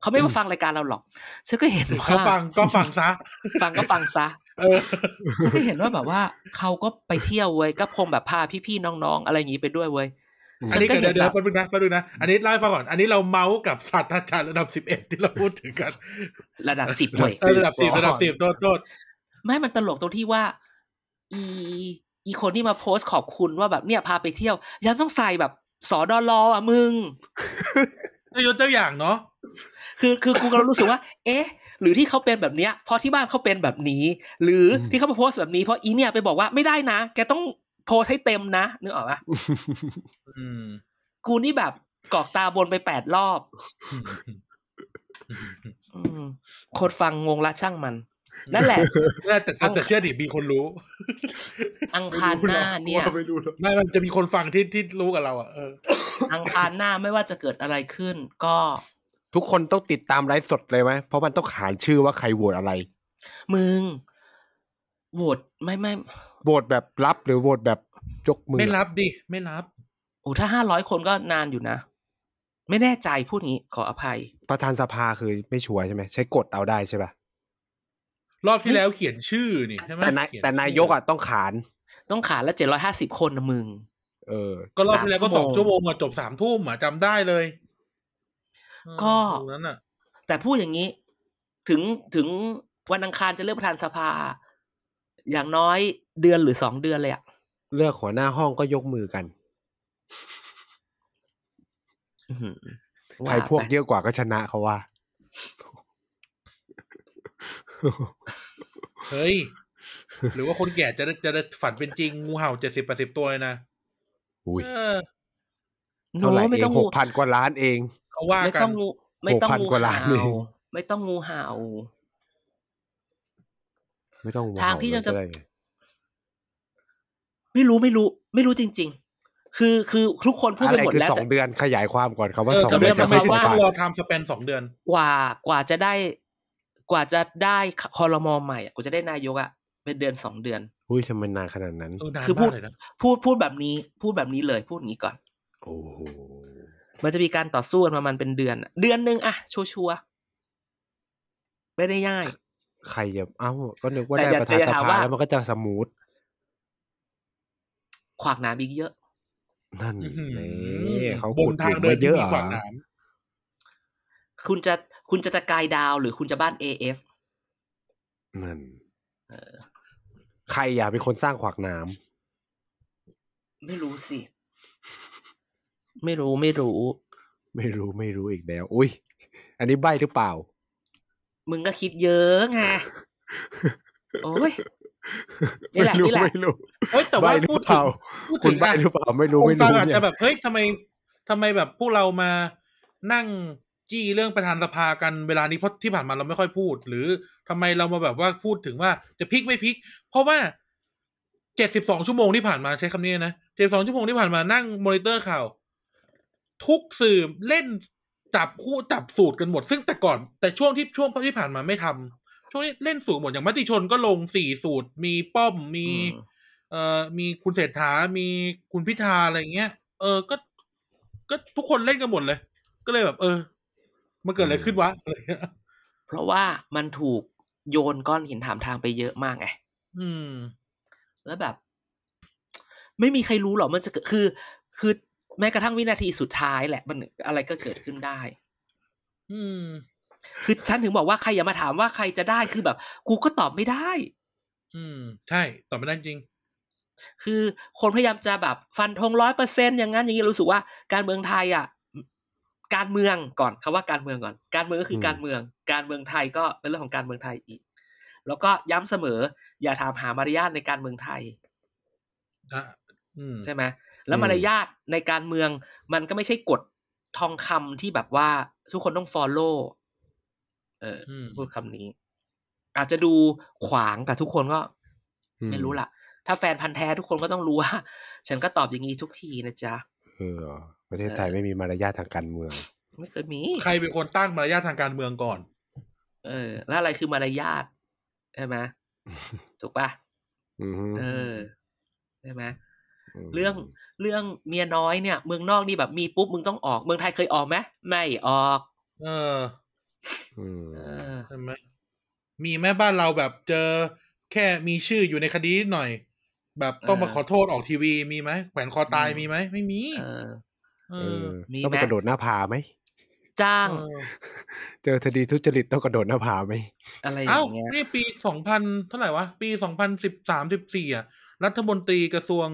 Speaker 1: เขาไม่มาฟังรายการเราหรอกฉันก็เห็นว่า
Speaker 2: เขาฟังก็ฟังซะ
Speaker 1: ฟังก็ฟังซะ
Speaker 2: เออ
Speaker 1: ฉันก็เห็นว่าแบบว่าเขาก็ไปเที่ยวเว้ยก็คงแบบพาพี่ๆน้องๆ อะไรอย่างนี้ไปด้วยเว้ย
Speaker 2: อันนี้
Speaker 1: ฉั
Speaker 2: เกิ
Speaker 1: นก็
Speaker 2: ดเดี๋ยวเดี๋ย
Speaker 1: เห็
Speaker 2: ว
Speaker 1: นแบบ
Speaker 2: แป๊บนึงนะแป๊บนึงนะ อันนี้เล่าให้ฟังก่อน อันนี้เราเมาส์กับศาสตราจารย์ระดับสิบเอ็ดที่เราพูดถึงกัน
Speaker 1: ระดับสิบเว้ย
Speaker 2: เออระดับสิบระดับสิบโทษโทษ
Speaker 1: ไม่มันตลกตรงที่ว่า อีอีคนที่มาโพสต์ขอบคุณว่าแบบเนี่ยพาไปเที่ยว ยังต้องใส่แบบสอดอลออ่ะมึง
Speaker 2: นายศเจ้าอย่างเนาะ
Speaker 1: คือคือกูก็รู้สึกว่า เอ๊ะ หรือที่เขาเป็นแบบเนี้ยเพราะที่บ้านเขาเป็นแบบนี้ หรือที่เขามาโพสต์แบบนี้เพราะอีเนี่ยไปบอกว่าไม่ได้นะ แกต้องโพสต์ให้เต็มนะนึกออกปะ
Speaker 2: อืม
Speaker 1: กูนี่แบบกรอกตาบนไปแปดรอบ อืมโคตรฟังงงละช่างมัน นั่ นแหละ
Speaker 2: น่าแต่แต่แต่เชื่อดิมีคนรู้
Speaker 1: อังคารหน้าเนี่ย
Speaker 3: ไม่รู้หรอก
Speaker 2: ไม่มันจะมีคนฟังที่ที่รู้กับเราอ่ะเออ
Speaker 1: อังคารหน้าไม่ว่าจะเกิดอะไรขึ้น ก็
Speaker 3: ทุกคนต้องติดตามไลฟ์สดเลยไหมเพราะมันต้องขานชื่อว่าใครโหวตอะไร
Speaker 1: มึงโหวตไม่ไม่
Speaker 3: โหวตแบบรับหรือโหวตแบบยกมือ
Speaker 2: ไม่รับดิ ไม่รับ
Speaker 1: โอ้ถ้าห้าร้อยคนก็นานอยู่นะ ไม่แน่ใจพูดงี้ขออภัย
Speaker 3: ประธานสภาคือไม่ชัวร์ใช่ไหมใช้กดเอาได้ใช่ป่ะ
Speaker 2: รอบที่แล้วเขียนชื่อนี่ใช่ไหม
Speaker 3: แต่นาย
Speaker 2: เขี
Speaker 3: แต่นายกอ่ะต้องขาน
Speaker 1: ต้องขาดละเจ็ดร้อยห้าสิบคนนะมึง
Speaker 3: เออ
Speaker 2: ก็รอบที่แล้วก็ส
Speaker 1: สามชั่
Speaker 2: อง
Speaker 1: วโมง
Speaker 2: ชั่วโมงอ่ะจบสามทุ่มอ่ะจำได้เลย
Speaker 1: ก็
Speaker 2: ตรงนั้นอ่ะ
Speaker 1: แต่พูดอย่างนี้ ถึงถึงวันอังคารจะเลือกประธานสภา อย่างน้อยเดือนหรือสองเดือนเลยอะ
Speaker 3: เลือกหัวหน้าห้องก็ยกมือกัน
Speaker 1: อื้อหือ
Speaker 3: ใครพวก
Speaker 1: าไป
Speaker 3: เยอะกว่าก็ชนะเขาว่า
Speaker 2: เฮ้ย หรือว่าคนแก่จะได้จะได้ฝันเป็นจริงงูเห่าเจ็ดสิบแปดสิบตัวเลยนะ
Speaker 3: อุ้ย
Speaker 2: เออ
Speaker 1: โน้
Speaker 3: เท่าไหร่
Speaker 1: ไม่
Speaker 3: เอ
Speaker 1: ต้อง ง
Speaker 3: ห
Speaker 1: งู
Speaker 3: กพันกว่าล้านเอง
Speaker 2: เขาว่า
Speaker 1: ไม่
Speaker 2: กั
Speaker 1: ต้
Speaker 2: น
Speaker 1: องงูไม่ต้องงู
Speaker 3: 6,000กว่าล้าน
Speaker 1: เห่า
Speaker 3: เอง
Speaker 1: ไม่ต้องงูเห่า
Speaker 3: ไม่ต้องว
Speaker 1: ทางที่จะ
Speaker 3: เห่เลยก็ได้ไง
Speaker 1: ไม่รู้ไม่รู้ ไม่รู้จริง ๆ คือคือทุกคนพูด
Speaker 3: อะ
Speaker 1: ไป
Speaker 3: ไร
Speaker 1: หมด
Speaker 3: คือ
Speaker 1: แล้ว
Speaker 3: สอ
Speaker 1: แต่
Speaker 3: งเดือนขยายความก่อนครับว่า
Speaker 2: เออ
Speaker 3: สอง
Speaker 2: สอง
Speaker 3: เดื
Speaker 2: เดือ
Speaker 3: อ
Speaker 1: จะ
Speaker 2: น น
Speaker 1: ห
Speaker 2: จะ
Speaker 3: จะ
Speaker 2: ไม่
Speaker 1: มย
Speaker 3: ไม่
Speaker 2: ถึ
Speaker 1: คว
Speaker 2: ง
Speaker 3: ถึ
Speaker 1: มว่า
Speaker 3: งปาก
Speaker 2: รอไทม์สเปนสองเดือน
Speaker 1: กว่ากว่าจะได้กว่าจะได้คอรมอใหม่อะกว่าจะได้นายกอ่ะเป็นเดือนสองเดือน
Speaker 3: อุ้ยทำไมนานขนาดนั้น
Speaker 2: เออนาน
Speaker 1: คือ
Speaker 2: มา
Speaker 1: พู
Speaker 2: ก
Speaker 1: ด
Speaker 2: เลยนะ
Speaker 1: พูดพูดแบบนี้พูดแบบนี้เลยพูดอย่างนี้ก่อน
Speaker 3: โอ้โห
Speaker 1: มันจะมีการต่อสู้กันประมาณเป็นเดือนอะเดือนหนึ่งอะชัวชัวร์ๆไม่ได้ง่าย
Speaker 3: ใครจะเอ้าก็นึกว่า
Speaker 1: แต่
Speaker 3: ได้
Speaker 1: อย่า
Speaker 3: ประธาน
Speaker 1: แต่อย่า
Speaker 3: ส
Speaker 1: ถาม
Speaker 3: ภา
Speaker 1: ว่า
Speaker 3: แล้วมันก็จะสมูท
Speaker 1: ขวากหนามอีกเยอะ
Speaker 3: นั่น
Speaker 2: อื้อหือ
Speaker 3: นี่เขา
Speaker 2: บ
Speaker 3: ขุ
Speaker 2: น
Speaker 3: ด
Speaker 2: ทาง
Speaker 3: ขุ
Speaker 2: เดิน
Speaker 3: มาเย
Speaker 2: ที่มี
Speaker 3: อะ
Speaker 2: ข
Speaker 3: เหรอ
Speaker 2: วางหน้
Speaker 1: คุณจะคุณจะตะกายดาวหรือคุณจะบ้าน AF
Speaker 3: นั่นใครอยากเป็นคนสร้างขวากหน้
Speaker 1: ไม่รู้สิ ไม่รู้ไม่รู้
Speaker 3: ำไม่รู้ไม่รู้อีกแล้ว อุ้ย อันนี้ใบหรือเปล่า
Speaker 1: มึงก็คิดเยอะไง โอ้ย นี่แหละ
Speaker 3: ไม่รู้
Speaker 1: นี่แหละ
Speaker 3: ไม่รู้
Speaker 2: เอ้ยแต่
Speaker 3: ใบ
Speaker 2: ว่า
Speaker 3: หรื
Speaker 2: พู
Speaker 3: อ
Speaker 2: ด
Speaker 3: เป
Speaker 2: ถึ
Speaker 3: ล่าง
Speaker 2: พูด
Speaker 3: คุ
Speaker 2: ถึ
Speaker 3: ณ
Speaker 2: ง
Speaker 3: ใบ
Speaker 2: อะ
Speaker 3: หรือเปล่าไม่รู้
Speaker 2: ผม
Speaker 3: ไม่
Speaker 2: ฟั
Speaker 3: รู้
Speaker 2: งอาจ
Speaker 3: เนี่ย
Speaker 2: จะแบบเฮ้ยทำไมทำไมแบบพวกเรามานั่งจี้เรื่องประธานสภากันเวลานี้เพราะที่ผ่านมาเราไม่ค่อยพูด หรือทำไมเรามาแบบว่าพูดถึงว่าจะพลิกไม่พลิก เพราะว่าเจ็ดสิบสองชั่วโมงที่ผ่านมาใช้คำนี้นะเจ็ดสองชั่วโมงที่ผ่านมานั่งมอนิเตอร์ข่าว ทุกสื่อเล่นจับคู่จับสูตรกันหมด ซึ่งแต่ก่อนแต่ช่วงที่ช่วงที่ผ่านมาไม่ทำช่วงนี้เล่นสูตรหมดอย่างมติชนก็ลงสี่สูตร มีป้อมมี
Speaker 1: อืม
Speaker 2: เอ่อมีคุณเศรษฐา มีคุณพิธาอะไรอย่างเงี้ย เออ ก็ ก็ทุกคนเล่นกันหมดเลย ก็เลยแบบ เออ มันเกิดอะไรขึ้นวะอะไรเงี้ย
Speaker 1: เพราะว่ามันถูกโยนก้อนหินถามทางไปเยอะมากไง
Speaker 2: อืม
Speaker 1: แล้วแบบ ไม่มีใครรู้หรอกมันจะเกิดคือ คือแม้กระทั่งวินาทีสุดท้ายแหละ มันอะไรก็เกิดขึ้นได้
Speaker 2: อืม
Speaker 1: คือฉันถึงบอกว่าใครอย่ามาถามว่าใครจะได้คือแบบ กูก็ตอบไม่ได้
Speaker 2: อืม ใช่ ตอบไม่ได้จริง
Speaker 1: คือคนพยายามจะแบบฟันธงร้อยเปอร์เซ็นอย่างนั้นอย่างนี้รู้สึกว่าการเมืองไทยอ่ะการเมืองก่อนคำว่าการเมืองก่อน การเมืองก็คือการเมือง การเมืองไทยก็เป็นเรื่องของการเมืองไทยอีก แล้วก็ย้ำเสมอ อย่าถามหามารยาทในการเมืองไทย
Speaker 2: อ่ะ อืม
Speaker 1: ใช่ไหมแล้วมารยาทในการเมือง มันก็ไม่ใช่กฎทองคำที่แบบว่าทุกคนต้องฟอลโล่เอออ
Speaker 2: ม
Speaker 1: พูดคำนี้ อาจจะดูขวางแต่ทุกคนก็
Speaker 3: อื
Speaker 1: ไม่รู้ล่ะ ถ้าแฟนพันธ์แท้ทุกคนก็ต้องรู้ว่า ฉันก็ตอบอย่างนี้ทุกทีนะจ๊ะ
Speaker 3: เออประเทศไทยไม่มีมารยาททางการเมือง
Speaker 1: ไม่เคยมี
Speaker 2: ใครเป็นคนตั้งมารยาททางการเมืองก่อน
Speaker 1: เออ แล้วอะไรคือมารยาทใช่ไหมถูกปะ
Speaker 3: อืม
Speaker 1: เออใช่ไหมเรื่องเรื่องเมียน้อยเนี่ย เมืองนอกนี่แบบมีปุ๊บมึงต้องออก เมืองไทยเคยออกไหมไม่ออก
Speaker 2: เออ
Speaker 3: อืม
Speaker 1: เออ
Speaker 2: ใช่ไหมมีแม่บ้านเราแบบเจอแค่มีชื่ออยู่ในคดีนิดหน่อย แบบต้องมา
Speaker 1: เออ
Speaker 2: ขอโทษออกทีวีมีไหมแขวนคอตาย
Speaker 1: อืม
Speaker 2: มีไหมไม่มี
Speaker 1: เออ
Speaker 2: เอ
Speaker 3: เอ
Speaker 2: อ
Speaker 3: อ
Speaker 1: มี
Speaker 3: ต้องไป
Speaker 1: ไหม
Speaker 3: กระโดดหน้าผาไหม
Speaker 1: จ้าง
Speaker 2: เออ
Speaker 3: เจอคดีทุจริตต้องกระโดดหน้าผาไหม
Speaker 1: อะไรอ
Speaker 2: เอ้า
Speaker 1: ย่างเงี้ย
Speaker 2: นี่ปีสองพันเท่าไหร่วะ ปีสองพันสิบสามสิบสี่อ่ะ รัฐมนตรีกระทรวง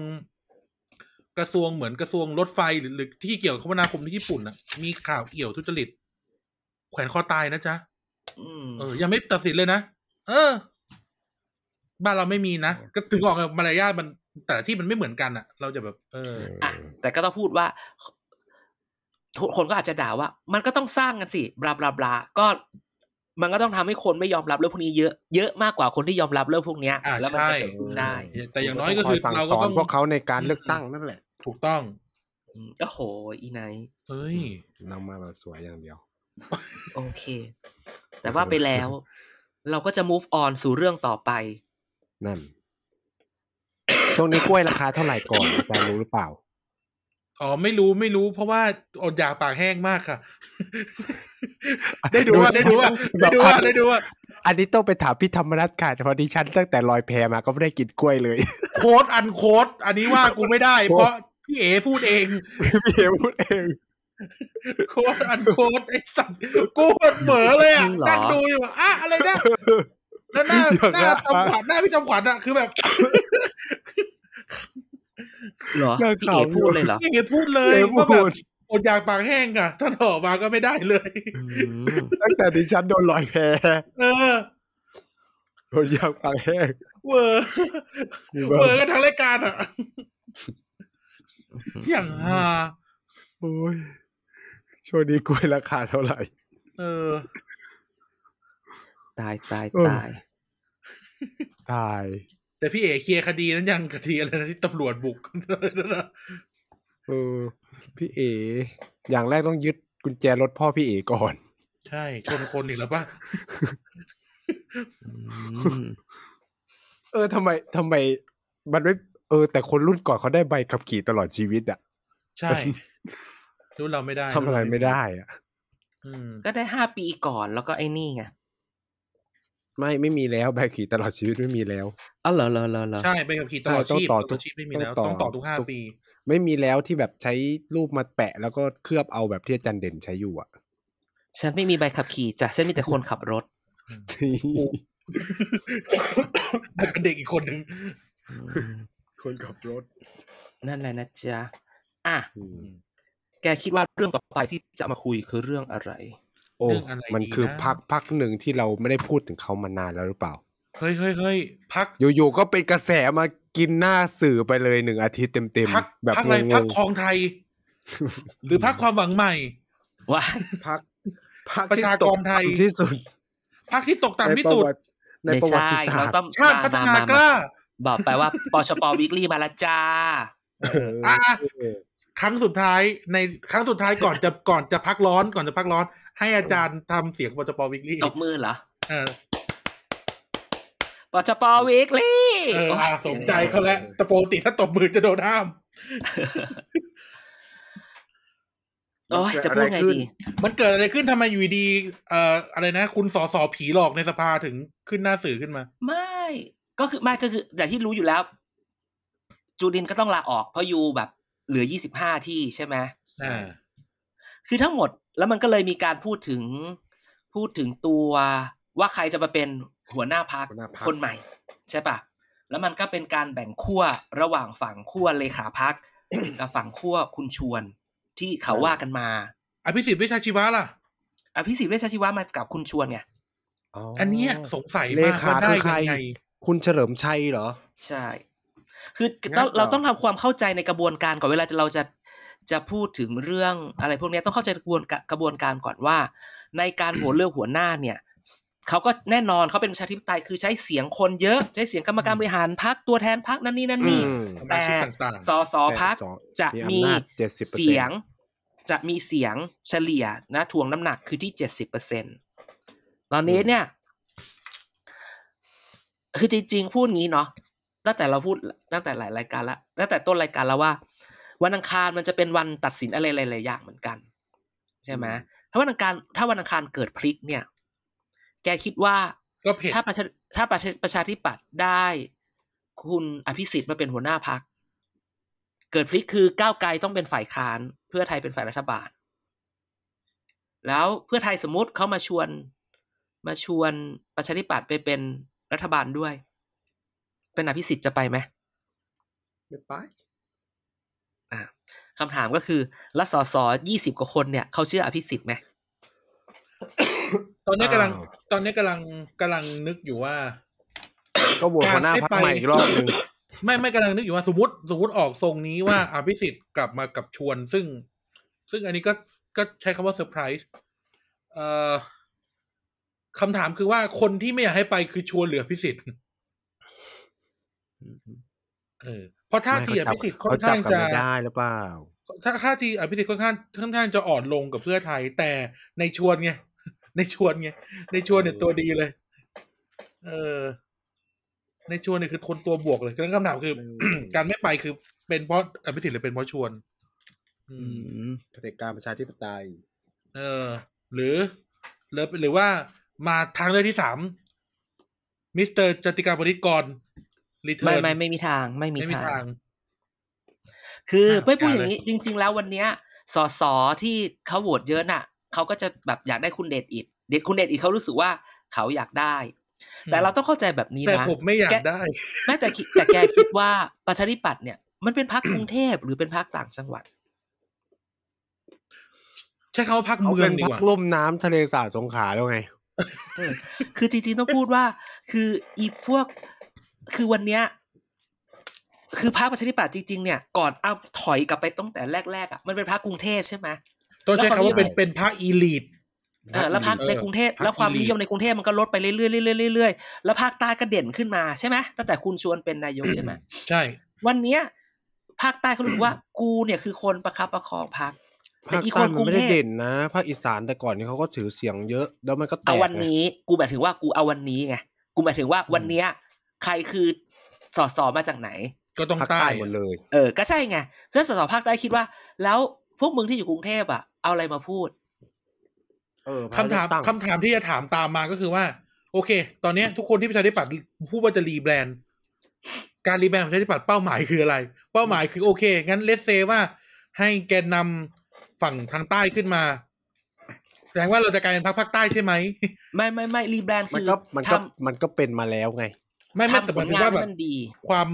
Speaker 2: กระทรวงเหมือนกระทรวงรถไฟหรือหรือที่เกี่ยวกับคมนาคมที่ญี่ปุ่นอ่ะ มีข่าวเอี่ยวทุจริต แขวนคอตายนะจ๊ะ
Speaker 1: อืม
Speaker 2: เออ ยังไม่ตัดสินเลยนะ เออ บ้านเราไม่มีนะ ก็ถึงบอกไงมารยาทมันแต่ละที่มันไม่เหมือนกันอ่ะ เราจะแบบ เออ
Speaker 1: อ่ะ แต่ก็ต้องพูดว่าทุกคนก็อาจจะด่าว่า มันก็ต้องสร้างกันสิบลาบลาบลาก็มันก็ต้องทำให้คนไม่ยอมรับเรื่องพวกนี้เยอะเยอะมากกว่าคนที่ยอมรับเรื่องพวกเนี้ย
Speaker 2: อ่ะ
Speaker 1: แล้วมันจะ
Speaker 2: ใช่
Speaker 1: เกิดขึ้นได้
Speaker 2: แต่อย่างน้อยก็คือ
Speaker 3: ต้งยสั่ง
Speaker 2: เรา
Speaker 3: ส
Speaker 2: ก็
Speaker 3: อน
Speaker 2: ต้อง
Speaker 3: พวกเขาในการเลือกตั้งนั่นแหละ
Speaker 2: ถูกต้อง
Speaker 1: อืมโอ้โห อีไนท์
Speaker 2: เฮ้ย
Speaker 3: นำมาแบบสวยอย่างเดียว
Speaker 1: โอเค แต่ว่าไปแล้ว เราก็จะ move on สู่เรื่องต่อไป
Speaker 3: นั่น ช่วงนี้กล้วยราคาเท่าไหร่ก่อนอาจารย์รู้หรือเปล่า
Speaker 2: อ๋อไม่รู้ไม่รู้ เพราะว่าอดอยากปากแห้งมากค่ะ ได้ดูว่าได้ดูว่าได้ดูว่าได้ดูว่า
Speaker 3: อันนี้ต้องไปถามพี่ธรรมรัตน์ค่ะเพราะดิฉันตั้งแต่ลอยแพมาก็ไม่ได้กินกล้วยเลย
Speaker 2: โค้ดอันโค้ดอันนี้ว่ากูไม่ได้ เพราะพี่เอพูดเอง
Speaker 3: พี่เอพูดเอง
Speaker 2: โค้ดอันโค้ดไอ้สัตว์กูเหม่อเลย
Speaker 1: จ
Speaker 2: อ่ะ
Speaker 1: ริงเหรอ
Speaker 2: นั่งดูอยู่อะอ่ะอะไรนะแล้วหน้า
Speaker 3: เดี๋ยว
Speaker 2: ห
Speaker 3: นะ
Speaker 2: น้าจำขวัญหน้าพี่จำขวัญอ่ะคือแบบ
Speaker 1: เหรอ
Speaker 3: เรื่อง
Speaker 1: พี่
Speaker 3: ข่าว
Speaker 1: เอ๋พูดเลยเหรอ
Speaker 2: พี่เอพูดเลยว่าแบบอดอยากปากแห้งอ่ะถ้าถอมาก็ไม่ได้เลย
Speaker 1: อืม
Speaker 3: ตั้งแต่ดิฉันโดนลอยแพ
Speaker 2: เออ
Speaker 3: โดนยางปากแห้ง
Speaker 2: เวอร์
Speaker 3: กู
Speaker 2: เวอร์
Speaker 3: แบบ
Speaker 2: กันทั้งรายการอ่ะ อย่างฮา
Speaker 3: โอ้ยช่วงนี้กล้วยราคาเท่าไหร่
Speaker 2: เออ
Speaker 1: ตายตาย
Speaker 3: เออ
Speaker 1: ตาย
Speaker 3: ตาย
Speaker 2: แต่พี่เอกเคลียร์คดีนั้นยังคดีอะไรนะที่ตำรวจบุก นั่นน่ะ
Speaker 3: เออพี่เอ อย่างแรกต้องยึดกุญแจรถพ่อพี่เอก่อน
Speaker 2: ใช่ชนคนอีกแล้วป่ะ
Speaker 1: อืม
Speaker 3: เออทำไมทำไม มันไม่เออ แต่คนรุ่นก่อนเขาได้ใบขับขี่ตลอดชีวิตอะ
Speaker 2: ใช่ รู้เราไม่ได้
Speaker 3: ทำอะไรไม่ได้อะ
Speaker 2: อืม
Speaker 1: ก็ได้ห้าปีก่อนแล้วก็ไอ้นี่ไง
Speaker 3: ไม่ไม่มีแล้วใบขับขี่ตลอดชีวิตไม่มีแล้ว
Speaker 1: อ๋อเหรอเหรอเหรอเหรอ
Speaker 2: ใช่ไปกับขี่ตลอด
Speaker 3: ใช่ต้อง
Speaker 2: ชีพ
Speaker 3: ต่อ
Speaker 2: ตล
Speaker 3: ทุ
Speaker 2: อด
Speaker 3: ก
Speaker 2: ชีพไม่มีแล้ว
Speaker 3: ต้
Speaker 2: ต้อ
Speaker 3: อง งต่
Speaker 2: ต่อ
Speaker 3: อ
Speaker 2: ทุกห้า
Speaker 3: ทุก
Speaker 2: ปี
Speaker 3: ไม่มีแล้วที่แบบใช้รูปมาแปะแล้วก็เคลือบเอาแบบที่อาจารย์เด่นใช้อยู่อะ
Speaker 1: ฉันไม่มีใบขับขี่จ้ะฉันมีแต่คนขับ รถ
Speaker 2: แล้วก็เด็กอีกคนหนึ่ง
Speaker 3: คนขับรถ
Speaker 1: นั่นแหละนะจ๊ะ อ่ะ แกคิดว่าเรื่องต่อไปที่จะมาคุยคือเรื่องอะไร
Speaker 3: โอ้
Speaker 2: เรื่องอะไร
Speaker 3: มัน
Speaker 2: ดี
Speaker 3: คือ
Speaker 2: นะ
Speaker 3: พักพักหนึ่งที่เราไม่ได้พูดถึงเขามานานแล้วหรือเปล่า
Speaker 2: เฮ้ยเฮ้ยเฮ้ยพัก
Speaker 3: อยู่ๆก็เป็นกระแสมากินหน้าสื่อไปเลยหนึ่งอาทิตย์เต็ม
Speaker 2: พัก
Speaker 3: ๆแบบ
Speaker 2: พัก
Speaker 3: ง
Speaker 2: อะไรพัก
Speaker 3: ง
Speaker 2: คลองไทย หรือพักความหวังใหม่
Speaker 1: ว่า
Speaker 3: ๆพักพัก
Speaker 2: ประชากรไทย
Speaker 3: ที่ตกต่ำที่สุด
Speaker 2: พักที่ตกต่ำที่สุด
Speaker 3: ใน
Speaker 1: ไม่
Speaker 3: ประวั
Speaker 1: ใช่
Speaker 3: ติศา
Speaker 1: เรา
Speaker 3: สตร์
Speaker 1: ต้อง
Speaker 2: ชาติพัฒนากล้า
Speaker 1: บอกไปว่าปชปวิกฤตมาและ จ้า
Speaker 3: เออ
Speaker 2: อ่ะ
Speaker 3: เออ
Speaker 2: ครั้งสุดท้ายในครั้งสุดท้ายก่อนจะก่อนจะพักร้อนก่อนจะพักร้อน ให้อาจารย์ทำเสียงปจปวิกฤต
Speaker 1: ตบมือเหรอ
Speaker 2: เออ
Speaker 1: ปชปวิกฤต
Speaker 2: เออ
Speaker 1: โย
Speaker 2: อ่ะสมใจเขาแล้วแต่ปกติถ้าตบมือจะโดนห้าม
Speaker 1: โอ้ยจะพูดไงดี
Speaker 2: มันเกิดอะไรขึ้นทำไมอยู่ดีๆเอ่ออะไรนะ คุณสอสอผีหลอกในสภาถึงขึ้นหน้าสื่อขึ้นมา
Speaker 1: ไม่ก็คือไม่ก็คืออย่างที่รู้อยู่แล้ว จูดินก็ต้องลาออกเพราะยูแบบเหลือยี่สิบห้าที่ใช่ไหม
Speaker 2: อ่า
Speaker 1: คือทั้งหมดแล้วมันก็เลยมีการพูดถึง พูดถึงตัวว่าใครจะมาเป็นหัวหน้าพัก
Speaker 3: หัวหน้าพรรค
Speaker 1: คนใหม่ ใช่ปะแล้วมันก็เป็นการแบ่งขั้วระหว่างฝั่งขั้วเลขาพัก กับฝั่งขั้วคุณชวนที่เขาว่ากันมา
Speaker 2: อภิสิทธิ์วิชาชีวะล่ะ
Speaker 1: อภิสิทธิ์เวชชาชีวะมากับคุณชวนไง
Speaker 2: อันเนี้ยสงสัย
Speaker 3: เล
Speaker 2: มาก
Speaker 3: ขา
Speaker 2: ว่าได้
Speaker 3: คือใคร
Speaker 2: ยังไง
Speaker 3: คุณเฉลิมชัยเหรอ
Speaker 1: ใช่ คือต้อง
Speaker 3: งั้นเหรอ
Speaker 1: เราต้องทำความเข้าใจในกระบวนการก่อนเวลาจะเราจะจะพูดถึงเรื่องอะไรพวกเนี้ยต้องเข้าใจกระบวนกระบวนการก่อนว่า ในการโหวตเลือกหัวหน้าเนี่ยเขาก็แน่นอนเขาเป็นประชาธิปไตยคือใช้เสียงคนเยอะ ใช้เสียงกรรมการ
Speaker 2: อืม
Speaker 1: บริหารพักตัวแทนพักนั่นนี่นั่น
Speaker 3: อื
Speaker 1: นี่
Speaker 3: ม
Speaker 2: สมา
Speaker 1: แต่
Speaker 2: ชิกต่างๆ
Speaker 1: สอสอพัก
Speaker 3: แต่สอง
Speaker 1: จะมี
Speaker 3: อำนาจ70%
Speaker 1: เสียงจะมีเสียงเฉลี่ยนะถ่วงน้ำหนักคือที่เจ็ดสิบเปอร์เซ็นตอนนี้เนี่ย คือจริงๆ พูดงี้เนาะตั้งแต่เราพูดตั้งแต่หลายรายการละตั้งแต่ต้นรายการแล้วว่า วันอังคารมันจะเป็นวันตัดสินอะไรหลายๆอย่างเหมือนกัน ใช่ไหมถ้าวันอังคารถ้าวันอังคารเกิดพลิกเนี่ย แกคิดว่า
Speaker 2: ก็เผ็ด
Speaker 1: ถ้าประชาถ้าประชาประชาธิปัตย์ได้คุณอภิสิทธิ์มาเป็นหัวหน้าพัก เกิดพลิกคือก้าวไกลต้องเป็นฝ่ายค้าน เพื่อไทยเป็นฝ่ายรัฐบาล แล้วเพื่อไทยสมมติเขามาชวน มาชวนประชาธิปัตย์ไปเป็นรัฐบาลด้วย เป็นอภิสิทธิ์จะไปไหม
Speaker 3: ไม่ไป
Speaker 1: อ่าคำถามก็คือแล้วสสยี่สิบกว่าคนเนี่ยเขาเชื่ออภิสิทธิ์ไหม
Speaker 2: ตอนเนี้ยกำลัง
Speaker 3: อ้าว
Speaker 2: ตอนเนี้ยกำลังกำลังนึกอยู่ว่า
Speaker 3: ก็โหวตหัวหน้าพักใหม่อีกรอบหนึ่ง
Speaker 2: ไม่ไม่กำลังนึกอยู่ว่าสมมติสมมติออกทรงนี้ว่า อภิสิทธิ์กลับมากับชวน ซึ่ง ซึ่งอันนี้ก็ก็ใช้คำว่าเซอร์ไพรส์เอ่อคำถามคือว่าคนที่ไม่อยากให้ไปคือชวนเหลือพิสิทธิ์เออเพราะท่าทีอภิสิทธิ์ค่อ
Speaker 3: เขา
Speaker 2: น
Speaker 3: จับ
Speaker 2: ข้าง
Speaker 3: กัน
Speaker 2: จะ
Speaker 3: ไม่ได้หรือเปล่า
Speaker 2: ถ้าท่าทีอภิสิทธิ์ค่อนข้างค่อนข้างจะอ่อนลงกับเพื่อไทย แต่ในชวนไง ในชวนไงในชวนเนี่ยตัวดีเลย เออ ในชวนเนี่ยคือคนตัวบวกเลยแล้วคำถามคือ การไม่ไปคือเป็นเพราะอภิสิทธิ์หรือเป็นเพราะชวน อืม
Speaker 3: เผด็จการประชาธิปไตย
Speaker 2: เออ หรือหรือหรือว่ามาทางเลือกที่สามมิสเตอร์จติการบริกรรีเทิ
Speaker 1: ไม่
Speaker 2: ร์น
Speaker 1: ไม่ไม่มีทางไม่มี
Speaker 2: ไม่มี
Speaker 1: ทาง
Speaker 2: ทาง
Speaker 1: คือ
Speaker 2: อ่ะ
Speaker 1: ไม่พูด
Speaker 2: อ่ะ
Speaker 1: อย่างนี้
Speaker 2: เลย
Speaker 1: จริง ๆ แล้ววันเนี้ยสสที่เขาโหวตเยอะน่ะเขาก็จะแบบอยากได้คุณเดชอิดเดชคุณเดชอิดเขารู้สึกว่าเขาอยากได้ แต่เราต้องเข้าใจแบบนี้
Speaker 2: แต่
Speaker 1: นะ
Speaker 2: ผมไม่อยากได้
Speaker 1: แม้แต่ คิดแต่แกคิดว่าประชาธิปัตย์เนี่ยมันเป็นพรรคกรุงเทพหรือเป็นพรรคต่างจังหวัด
Speaker 2: ใช้คำว่าพัก
Speaker 3: เขา
Speaker 2: เมือ
Speaker 3: เป็
Speaker 2: ง
Speaker 3: น
Speaker 2: ดี
Speaker 3: พั
Speaker 2: ก
Speaker 3: ก
Speaker 2: ว่า
Speaker 3: ล่มน้ำทะเลสาบสงขลาแล้วไง
Speaker 1: คือจริงๆต้องพูดว่า คืออีพวกคือวันเนี้ยคือพรรคประชาธิปัตย์จริง ๆ เนี่ยก่อนเอาถอยกลับไปตั้งแต่แรกๆอ่ะมันเป็นพรรคกรุงเทพใช่ไหม
Speaker 2: ต้องใช้คำว่าเป็น
Speaker 3: แล้วเขา
Speaker 2: เป็นพักอีลีท
Speaker 1: เออแล้วภาคในกรุงเทพ
Speaker 2: เออ
Speaker 1: แล้วความ
Speaker 2: ภาคอีลีท
Speaker 1: นิยมในกรุงเทพมันก็ลดไปเรื่อยๆเรื่อยๆเรื่อยๆแล้วภาคใต้ก็เด่นขึ้นมาใช่ไหมตั้งแต่คุณชวนเป็นนายกใช่ไหม
Speaker 2: ใช่
Speaker 1: วันเนี้ยภาคใต้เขารู้ว่ากูเนี่ยคือคนประคับประคองพรรค แต่
Speaker 3: ภาค
Speaker 1: อีกค
Speaker 3: ใต้
Speaker 1: น
Speaker 3: มั
Speaker 1: ก
Speaker 3: น
Speaker 1: รุง
Speaker 3: ไม่
Speaker 1: เท
Speaker 3: ได้
Speaker 1: พ
Speaker 3: เด่นนะภาคอีสานแต่ก่อนนี่เขาก็ถือเสียงเยอะ แล้วมันก็แตก
Speaker 1: เอาวัน
Speaker 3: ไง
Speaker 1: นี้กูหมายถึงว่ากูเอาวันนี้ไงกูหมายถึงว่าวันเนี้ยใครคือสอสอมาจากไหน
Speaker 2: ก็ต้อง
Speaker 3: ภาค
Speaker 2: ใต้
Speaker 3: ใต้หมดเลย
Speaker 1: เออก็ใช่ไงแล้วสอสอภาคใต้คิดว่า แล้วพวกมึงที่อยู่กรุงเทพอ่ะเอาอะไรมาพูด
Speaker 3: เออ
Speaker 2: คำถาม
Speaker 3: ภคใต้ตั้ง
Speaker 2: คำถามที่จะถามตามมาก็คือว่า โอเค ตอนเนี้ยทุกคนที่ประชาธิปัตย์พูดว่าจะรีแบรนด์ การรีแบรนด์ของประชาธิปัตย์เป้าหมายคืออะไร เป้าหมายคือโอเค งั้นเลสเซว่าให้แกนนำฝั่งทางใต้ขึ้นมา แสดงว่าเราจะกลายเป็นพรรคภาคใต้ใช่ไหม
Speaker 1: ไม่ไม่ไม่รีแบรนด์
Speaker 3: มั
Speaker 1: คื
Speaker 3: น
Speaker 1: อ
Speaker 3: ก็มันก็
Speaker 1: ทำ
Speaker 3: มันก็เป็นมาแล้วไง
Speaker 2: ไม่ไม่
Speaker 1: ทำ
Speaker 2: แต่ห
Speaker 1: ผ
Speaker 2: มา
Speaker 1: ล
Speaker 2: ยถึง
Speaker 1: งาน
Speaker 2: ว่า
Speaker 1: ให้
Speaker 2: แบบ
Speaker 1: มันดี
Speaker 2: ความ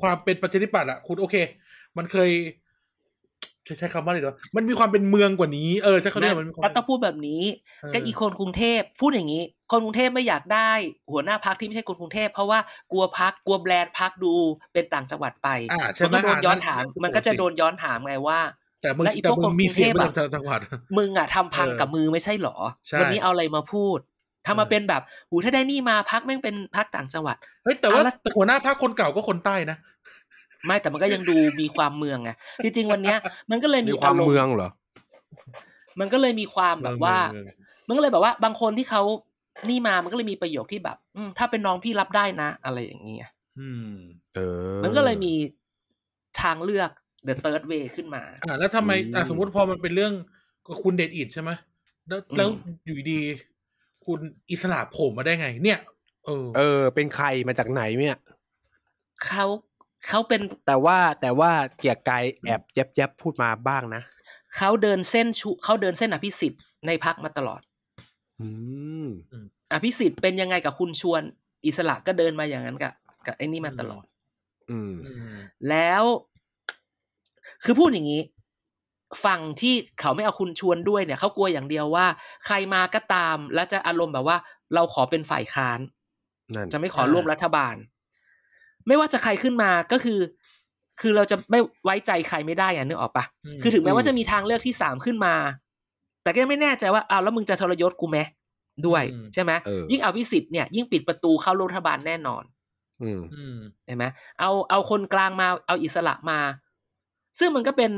Speaker 2: ความเป็นประชาธิปัตย์อะคุณโอเค มันเคย ใช้ใช้คำว่าอะไรดีวะมันมีความเป็นเมืองกว่านี้เออใช้คำนี้มันมีความ
Speaker 1: ก็ต้องพูดแบบนี้
Speaker 2: เออ
Speaker 1: ก็อีคนกรุงเทพพูดอย่างนี้ คนกรุงเทพไม่อยากได้ หัวหน้าพักที่ไม่ใช่คนกรุงเทพเพราะว่ากลัวพักกลัวแบรนด์พักดูเป็นต่างจังหวัดไป
Speaker 2: อ่าใช่
Speaker 1: มัน
Speaker 2: ไหม
Speaker 1: ก็โดนย้อนถาม
Speaker 2: คือ
Speaker 1: มันก็จะโด
Speaker 2: ปติ
Speaker 1: นย้อนถามไงว่า
Speaker 2: แต่มึง
Speaker 1: และอีก
Speaker 2: แต่มึ
Speaker 1: พว
Speaker 2: ง
Speaker 1: ก
Speaker 2: มีเสียง
Speaker 1: คนกรุงเทพ
Speaker 2: ป
Speaker 1: อะ
Speaker 2: ระจำจังหวัด
Speaker 1: มึงอ่ะทำพัง
Speaker 2: เออ
Speaker 1: กับมือไม่ใช่เหรอ
Speaker 2: ใช่
Speaker 1: วันนี้เอาอะไรมาพูดถ้ามา
Speaker 2: เออ
Speaker 1: เป็นแบบหูถ้าได้นี่มาพักแม่งเป็นพักต่างจังหวัด
Speaker 2: เฮ้ยแต่ว่า
Speaker 1: เอาละ
Speaker 2: แต่หัวหน้าพรรคคนเก่าก็คนใต้นะ
Speaker 1: ไม่แต่มันก็ยังดูมีความเมืองไงจริงๆวันเนี้ย มันก็เลย
Speaker 3: มี
Speaker 1: มีอาว
Speaker 3: คาม
Speaker 1: รม
Speaker 3: เมื
Speaker 1: ณ์
Speaker 3: องเหรอ
Speaker 1: มันก็เลยมีความแบบว่า
Speaker 2: เมืองเมือง
Speaker 1: มันก็เลยแบบว่าบางคนที่เขานี่มามันก็เลยมีประโยคที่แบบ อืมถ้าเป็นน้องพี่รับได้นะ อะไรอย่างเงี้ย
Speaker 2: อืม
Speaker 3: เออ
Speaker 1: มันก็เลยมีทางเลือก the third way ขึ้นมา
Speaker 2: อ่าแล้วทำไม
Speaker 3: อืม
Speaker 2: อ่าสมมติพอมันเป็นเรื่องกับคุณเดชอิดใช่ไหมแล้วแล้วอยู่ดี คุณอิสระโผล่มาได้ไง เนี่ย เออ
Speaker 3: เออ เป็นใครมาจากไหนเนี่ย
Speaker 1: เขาเขาเป็น
Speaker 3: แต่ว่าแต่ว่าเกียร์กายแอบแยบแยบพูดมาบ้างนะ
Speaker 1: เขาเดินเส้นชุเขาเดินเส้นอภิสิทธิ์ในพักมาตลอด
Speaker 3: อืม
Speaker 1: อภิสิทธิ์เป็นยังไงกับคุณชวน อิสระก็เดินมาอย่างนั้นกับกับไอ้นี่มาตลอด
Speaker 3: อืม
Speaker 2: อืม
Speaker 1: แล้ว คือพูดอย่างนี้ ฝั่งที่เขาไม่เอาคุณชวนด้วยเนี่ยเขากลัวอย่างเดียวว่า ใครมาก็ตาม แล้วจะอารมณ์แบบว่า เราขอเป็นฝ่ายค้าน
Speaker 3: นั่น
Speaker 1: จะไม่ขอ
Speaker 2: อ่า
Speaker 1: ร่วมรัฐบาล ไม่ว่าจะใครขึ้นมาก็คือ คือเราจะไม่ไว้ใจใครไม่ได้อ่ะนึกออกปะคือถึงแม้ว่าจะมีทางเลือกที่สามขึ้นมา แต่ก็ยังไม่แน่ใจว่าอ้าวแล้วมึงจะทรยศกูไหมด้วย
Speaker 2: อืม
Speaker 1: ใช่ไหม
Speaker 3: เออ
Speaker 1: ยิ่งเอาพิสิทธิ์เนี่ยยิ่งปิดประตูเข้ารัฐบาลแน่นอน
Speaker 3: อืม
Speaker 2: อืม
Speaker 1: เห็นไหมเอาเอาคนกลางมาเอาอิสระมา ซึ่งมันก็เป็น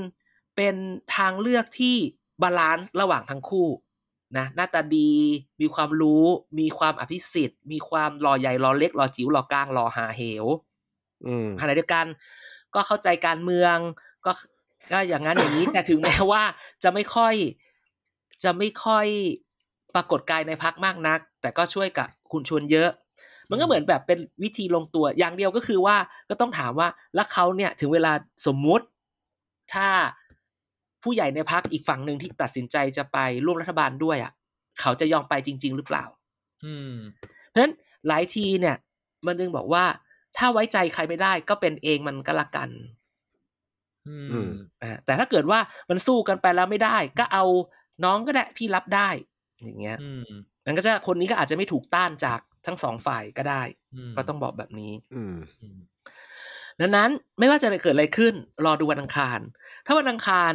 Speaker 1: เป็นทางเลือกที่บาลานซ์ระหว่างทั้งคู่นะหน้าตาดี มีความรู้ มีความอภิสิทธิ์ มีความหล่อใหญ่หล่อเล็กหล่อจิ๋วหล่อกลางหล่อหาเหว
Speaker 3: อืม
Speaker 1: ขณะเดียวกัน ก็เข้าใจการเมืองก็ก็อย่างนั้นอย่างนี้ แต่ถึงแม้ว่าจะไม่ค่อยจะไม่ค่อยปรากฏกายในพักมากนัก แต่ก็ช่วยกับคุณชวนเยอะ มันก็เหมือนแบบเป็นวิธีลงตัวอย่างเดียวก็คือว่าก็ต้องถามว่าแล้วเขาเนี่ยถึงเวลาสมมุติ ถ้าผู้ใหญ่ในพักอีกฝั่งหนึ่งที่ตัดสินใจจะไปร่วมรัฐบาลด้วยอ่ะ เขาจะยอมไปจริง ๆ หรือเปล่า
Speaker 2: อืม
Speaker 1: เพราะฉะนั้นหลายทีเนี่ย มันจึงบอกว่า ถ้าไว้ใจใครไม่ได้ก็เป็นเองมันก็ละกัน
Speaker 2: อื
Speaker 3: อื
Speaker 2: ม
Speaker 3: ม
Speaker 1: อ่าแต่ถ้าเกิดว่ามันสู้กันไปแล้วไม่ได้ ก็เอาน้องก็ได้พี่รับได้ อย่างเงี้ย
Speaker 2: อืม
Speaker 1: มันก็จะคนนี้ก็อาจจะไม่ถูกต้านจากทั้งสองฝ่ายก็ได้
Speaker 2: ม
Speaker 1: ก็ต้องบอกแบบนี้
Speaker 3: อืม
Speaker 2: อืม
Speaker 1: ดังนั้นไม่ว่าจะเกิดอะไรขึ้น รอดูวันอังคาร ถ้าวันอังคาร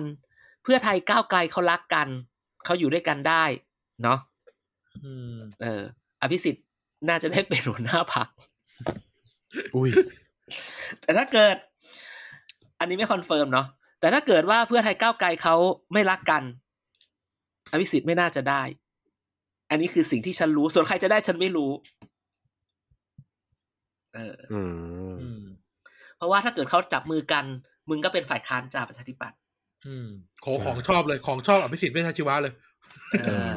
Speaker 1: เพื่อไทยก้าวไกลเขารักกัน เขาอยู่ด้วยกันได้ เนาะ
Speaker 2: อืม
Speaker 1: เออ อภิสิทธิ์น่าจะได้เป็นหัวหน้าพัก
Speaker 3: อุ้ย
Speaker 1: แต่ถ้าเกิด อันนี้ไม่คอนเฟิร์มเนาะแต่ถ้าเกิดว่าเพื่อไทยก้าวไกลเขาไม่รักกัน อภิสิทธิ์ไม่น่าจะได้ อันนี้คือสิ่งที่ฉันรู้ ส่วนใครจะได้ฉันไม่รู้ เออ
Speaker 3: อืม
Speaker 2: อืม
Speaker 1: เพราะว่าถ้าเกิดเขาจับมือกัน มึงก็เป็นฝ่ายค้านจ่าประชาธิปัตย์
Speaker 2: อืมขอของชอบเลยของชอบอภิสิทธิ์เวชชาชีวะเลย
Speaker 1: เออ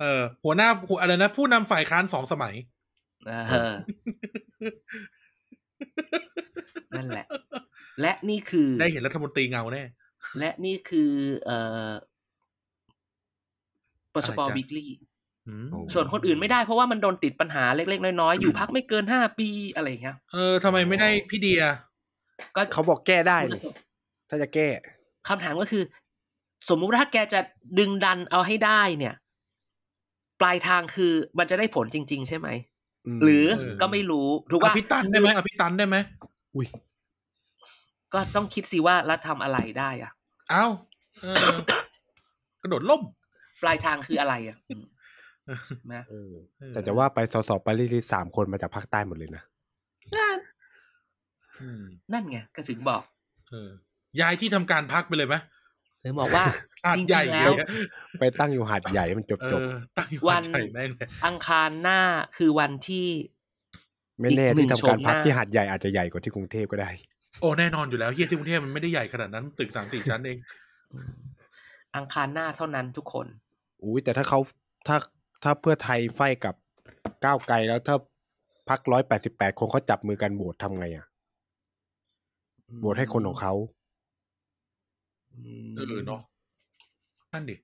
Speaker 2: เออ หัวหน้าหัวอะไรนะ ผู้นำฝ่ายค้านสองสมัย
Speaker 1: เออ นั่นแหละ และนี่คือ
Speaker 2: ได้เห็นรัฐมนตรีเงาแน่
Speaker 1: และนี่คือ เอ่อปชป
Speaker 2: อะไรจ๊ะ
Speaker 1: วิกลี่
Speaker 2: อืม
Speaker 3: โอ้
Speaker 1: ส่วนคนอื่นไม่ได้เพราะว่ามันโดนติดปัญหาเล็กๆ น้อยๆ อยู่พักไม่เกินห้าปีอะไรอย่างเงี้ย
Speaker 2: เออทำไมไม่ได้พี่เดีย
Speaker 1: ก็
Speaker 3: เขาบอกแก้ได้
Speaker 1: คุณ
Speaker 3: นี่
Speaker 1: สม
Speaker 3: ถ้าจะแก้
Speaker 1: คำถามก็คือ สมมุติว่าถ้าแกจะดึงดันเอาให้ได้เนี่ย ปลายทางคือมันจะได้ผลจริง ๆ ใช่ไหม
Speaker 3: ม
Speaker 1: หรือ
Speaker 2: เออ
Speaker 1: ก็ไม่รู้ถูก
Speaker 2: อ
Speaker 1: ว่า
Speaker 2: ภิตันได้ไหมอภิตันได้ไหม
Speaker 3: อุ้ย
Speaker 1: ก็ต้องคิดสิว่ารัฐทำอะไรได้อะ
Speaker 2: เอ้าเออ กระโดดล่ม
Speaker 1: ปลายทางคืออะไรอ่ะ อืมนะ
Speaker 3: เออ แต่จะว่าไปสสปารีสสามคนมาจากภาคใต้หมดเลยนะ
Speaker 2: อืม
Speaker 1: นั่นไงก็ถึงบอก
Speaker 2: เออย้ายที่ทำการพักไปเลยไหม
Speaker 1: ถึงบอกว่า
Speaker 2: หาด
Speaker 1: จริง
Speaker 2: ใหญ่
Speaker 1: ๆ
Speaker 2: เล
Speaker 1: แล้ว
Speaker 2: ย
Speaker 3: ไปตั้งอยู่หาดใหญ่มันจบ
Speaker 2: เอ
Speaker 3: จบ
Speaker 2: อตั้งอยู่หาดใหญ่
Speaker 1: วัน
Speaker 2: แม่งเลย
Speaker 1: อังคารหน้าคือวันที่
Speaker 3: ไม่แน่
Speaker 1: อีกหนึ่
Speaker 3: ที่
Speaker 1: ง
Speaker 3: ทำการพัก
Speaker 1: ชมหน้า
Speaker 3: ที่หาดใหญ่อาจจะใหญ่กว่าที่กรุงเทพก็ได้
Speaker 2: โอ้แน่นอนอยู่แล้วเฮียที่กรุงเทพมันไม่ได้ใหญ่ขนาดนั้นตึกสามสี่ชั้นเอง
Speaker 1: อังคารหน้าเท่านั้นทุกคน
Speaker 3: อุ้ยแต่ถ้าเขาถ้าถ้าเพื่อไทยไฟกับก้าวไกลแล้วถ้าพักร้อยแปดสิบแปดคนเขาจับมือกันโหวตทำไงอ่ะโหวตให้คนของเขา
Speaker 2: เออเนาะนั่นดิ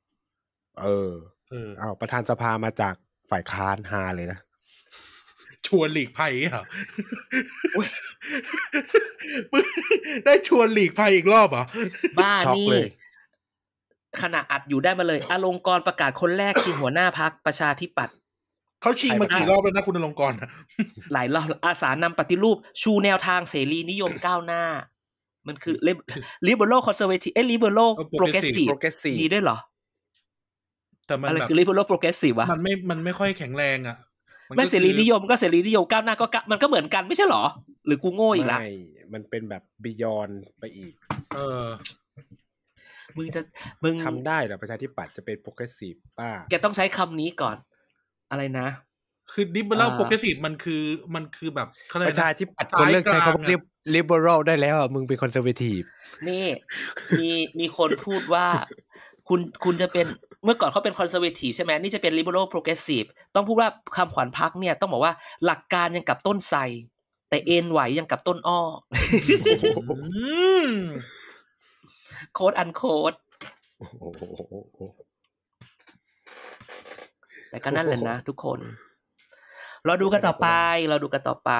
Speaker 3: เออ
Speaker 2: เออ
Speaker 3: อ้าวประธานสภามาจากฝ่ายค้านฮาเลยนะ
Speaker 2: ชวนหลีกภัยเหรอ
Speaker 1: อุ๊ย
Speaker 2: มึงได้ชวนหลีกภัยอีกรอบเหรอ
Speaker 1: บ้า
Speaker 3: ช็อก
Speaker 1: นี่
Speaker 3: เลย
Speaker 1: ขณะอัดอยู่ได้มาเลยอลงกรณ์ประกาศคนแรกคือหัวหน้าพักประชาธิปัตย์
Speaker 2: เขาชิงมากี่รอบแล้วนะคุณอลงกรณ์อะ
Speaker 1: หลายรอบอาสานำปฏิรูป ชูแนวทางเสรีนิยมก้าวหน้า มันคือลิเบอรัลคอนเซอร์เวทีเอ้ลิเบอรัลโปรเกสซีฟ
Speaker 3: โปรเกสซี
Speaker 1: มีด้วยเหรอ
Speaker 2: แต่มัน
Speaker 1: อะไร
Speaker 2: แบบ
Speaker 1: คือลิเบอรัลโปรเกสซีฟวะ
Speaker 2: มันไม่มันไม่ค่อยแข็งแรงอ่ะน
Speaker 1: ไม่
Speaker 2: ก็คือ
Speaker 1: เสรีนิยมก็เสรีนิยมก้าวหน้าก็กะมันก็เหมือนกันไม่ใช่เหรอ หรือกูโง่อีกละ
Speaker 3: ไม่มันเป็นแบบบิยอนไปอีก
Speaker 2: เออ
Speaker 1: มึงจะมึง
Speaker 3: ทำได้เหรอประชาธิปัตย์จะเป็นโปรเกสซีฟป้า
Speaker 1: แกต้องใช้คำนี้ก่อน อะไรนะ
Speaker 2: คือดิบเล่า
Speaker 1: อ่า
Speaker 2: โปรเกสซีฟมันคือมันคือแบบเขาเรียกอะ
Speaker 3: ประ
Speaker 2: ไร
Speaker 3: ชา
Speaker 2: นะ
Speaker 3: ธิปัตย์คนเลือกใช้
Speaker 2: ซ้ายกลาง
Speaker 3: คำว่า
Speaker 2: อะ
Speaker 3: ลิเบอรัลได้แล้วอะมึงเป็นคอนเซอร์เวทีฟ
Speaker 1: นี่ มีมีคนพูดว่า คุณคุณจะเป็นเมื่อก่อนเขาเป็นคอนเซอร์เวทีฟใช่ไหมนี่จะเป็นลิเบอรัลโปรเกสซีฟต้องพูดว่าคำขวัญพักเนี่ย ต้องบอกว่าหลักการยังกับต้นไทรแต่เอ็นไหวยังกับต้นอ้อ
Speaker 2: อืม
Speaker 1: โค้ดอันโค้ดแต่ก็นั่นแหละนะทุกคน เราดูกันต่อไป เราดูกันต่อไป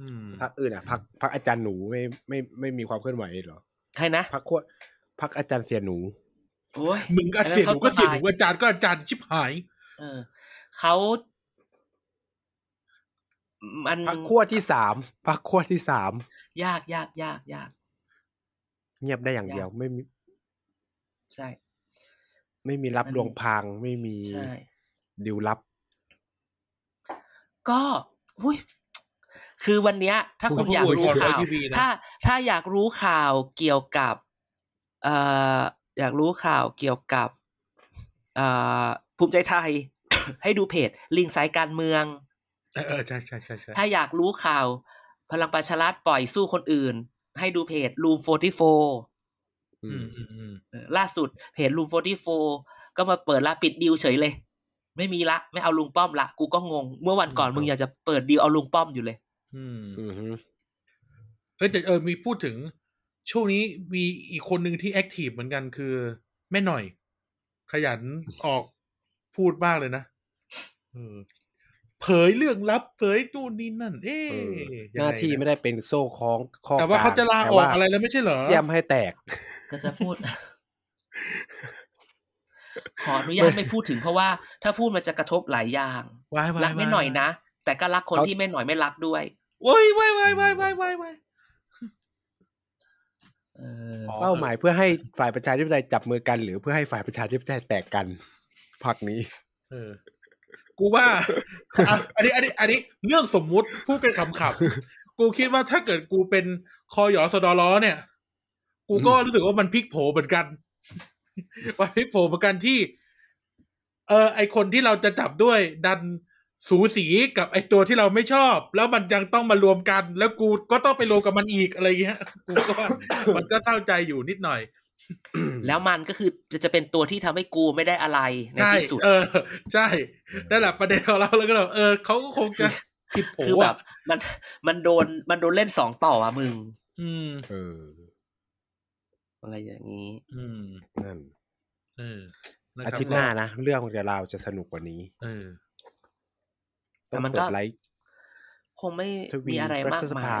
Speaker 2: อืม
Speaker 3: พักอื่นอ่ะพักพักอาจารย์หนูไม่ไม่ไม่มีความเคลื่อนไหวเลยเหรอ
Speaker 1: ใครนะ
Speaker 3: พักขั้วพักอาจารย์เสียหนู
Speaker 1: โอ้ย
Speaker 2: มึงก็เสียงหนูก็เสียงหนูอาจารย์ก็อาจารย์ชิบหาย
Speaker 1: เออเขามัน
Speaker 3: พักขั้วที่สามพักขั้วที่สาม
Speaker 1: ยากยากยากยาก
Speaker 3: เงียบได้อย่างเดียวไม่มี
Speaker 1: ใช่
Speaker 3: ไม่มีรับลวงพรางไม่มี
Speaker 1: ใช่
Speaker 3: ดิวลับ
Speaker 1: ก็อุ้ยคือวันเนี้ย ถ้า
Speaker 2: คุณ
Speaker 1: คุณ
Speaker 2: ก็
Speaker 1: อยาก
Speaker 2: อวย
Speaker 1: รู้
Speaker 2: พร
Speaker 1: ข่าว
Speaker 2: ไว้ทีวีนะ
Speaker 1: ถ้าถ้าอยากรู้ข่าวเกี่ยวกับ เอ่ออยากรู้ข่าวเกี่ยวกับเอ่อภูมิใจไทย ให้ดูเพจ ลิงสายการเมือง
Speaker 2: เออเออใช่ใช่ใช่ใช่
Speaker 1: ถ้าอยากรู้ข่าว พลังประชารัฐปล่อยสู้คนอื่น ให้ดูเพจ Room 44
Speaker 2: อืมอืมอืม
Speaker 1: เออล่าสุดเพจลุงโฟร์ีโฟก็มาเปิดละปิดดีลเฉยเลย ไม่มีละไม่เอาลุงป้อมละกูก็งง เมื่อวันก่อน
Speaker 3: อืม
Speaker 1: มึงอยากจะเปิดดีลเอาลุงป้อมอยู่เลย
Speaker 2: อืม
Speaker 3: อือฮึ
Speaker 2: เออแต่เออมีพูดถึง ช่วงนี้มีอีกคนหนึ่งที่แอคทีฟเหมือนกันคือ แม่หน่อย ขยันออกพูดมากเลยนะเออเผยเรื่องลับเผยนู่นนี่นั่น เอ๊ะ
Speaker 3: เออ
Speaker 2: ยังงะ
Speaker 3: หน้าที่ไม่ได้เป็นโซ่คล้องข้อ
Speaker 2: แต่ว่าเขาจะลาออกอะไร
Speaker 3: แต่ว่า
Speaker 2: แล้วไม่ใช่เหรอ
Speaker 3: เยี่ยมให้แตก
Speaker 1: ก็จะพูด ขออนุญาตไม่พูดถึงเพราะว่าถ้าพูดมันจะกระทบหลายอย่าง
Speaker 2: ว้ายว้าย
Speaker 1: รักไม่หน่อยนะ แต่ก็รักคน
Speaker 3: เขา
Speaker 1: ที่ไม่หน่อยไม่รักด้วย
Speaker 2: ว้ายว้ายว้ายว้ายว้ายว้ายว้าย
Speaker 1: เออ
Speaker 2: ขอ
Speaker 3: เป้าหมายเพื่อให้ฝ่ายประชาธิปไตยจับมือกัน หรือเพื่อให้ฝ่ายประชาธิปไตยแตกกันพักนี้
Speaker 2: เออ กูว่าอ่ะอันนี้ อันนี้ อันนี้ เรื่องสมมุติพูดกันขำๆ กูคิดว่าถ้าเกิดกูเป็นคอหยอสดอล้อเนี่ย กูก็รู้สึกว่ามันพลิกโผเหมือนกัน มันพลิกโผเหมือนกันที่ เออ ไอคนที่เราจะจับด้วย ดันสูสีกับไอตัวที่เราไม่ชอบ แล้วมันยังต้องมารวมกัน แล้วกูก็ต้องไปรวมกับมันอีกอะไรเงี้ย กูก็ว่ามันก็เศร้าใจอยู่นิดหน่อย
Speaker 1: แล้วมันก็คือจะจะเป็นตัวที่ทำให้กูไม่ได้อะไรใน
Speaker 2: ใช่
Speaker 1: ที่สุด
Speaker 2: เออ ใช่นั่นแหละประเด็นของเราแล้วก็แบบเออเขาก็คงจะผิดโผ
Speaker 1: คือแบ
Speaker 2: อ่ะ
Speaker 1: บ มันมันโดนมันโดนเล่นสองต่ออ่ะมึง
Speaker 2: อืม
Speaker 3: เออ
Speaker 1: อะไรอย่างนี้
Speaker 2: อืม
Speaker 3: นั่น
Speaker 2: เออนะค
Speaker 3: อา
Speaker 2: รับ
Speaker 3: ทิตย์หน้านะ เรื่องของเราจะสนุกกว่านี้
Speaker 2: เออ
Speaker 1: แต่
Speaker 3: ต้อง
Speaker 1: มันก็
Speaker 3: กดไลค์
Speaker 1: คงไม่
Speaker 3: ทวี
Speaker 1: มีอะไร
Speaker 3: รั
Speaker 1: มาก
Speaker 3: ฐส
Speaker 1: มา
Speaker 3: ภาย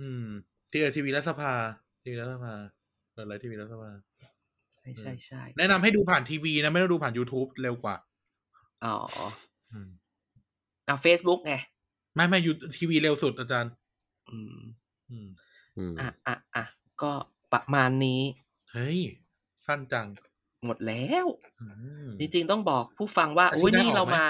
Speaker 2: อืม ทีเออทีวีรัฐสภาทีวีรัฐสภาเปิดไลฟ์ทีวีรัฐสภา
Speaker 1: ใช่ใช่ใช่
Speaker 2: แนะนำให้ดูผ่านทีวีนะ ไม่ต้องดูผ่าน youtube เร็วกว่า
Speaker 1: อ๋อ
Speaker 2: อืม
Speaker 1: เอาเฟซบุ๊กไง
Speaker 2: ไม่ไม่ยูทีวีเร็วสุดอาจารย์
Speaker 1: อืม
Speaker 2: อืม
Speaker 3: อืม
Speaker 1: อ่ะอ่ะอ่ะก็ประมาณนี้
Speaker 2: เฮ้ย สั้นจัง
Speaker 1: หมดแล้ว
Speaker 2: อืม
Speaker 1: จริง ๆ ต้องบอกผู้ฟังว่า
Speaker 2: อาทิตย์
Speaker 1: อุ้ย
Speaker 2: หน้า
Speaker 1: นี่เรา
Speaker 2: ออกไหม
Speaker 1: มา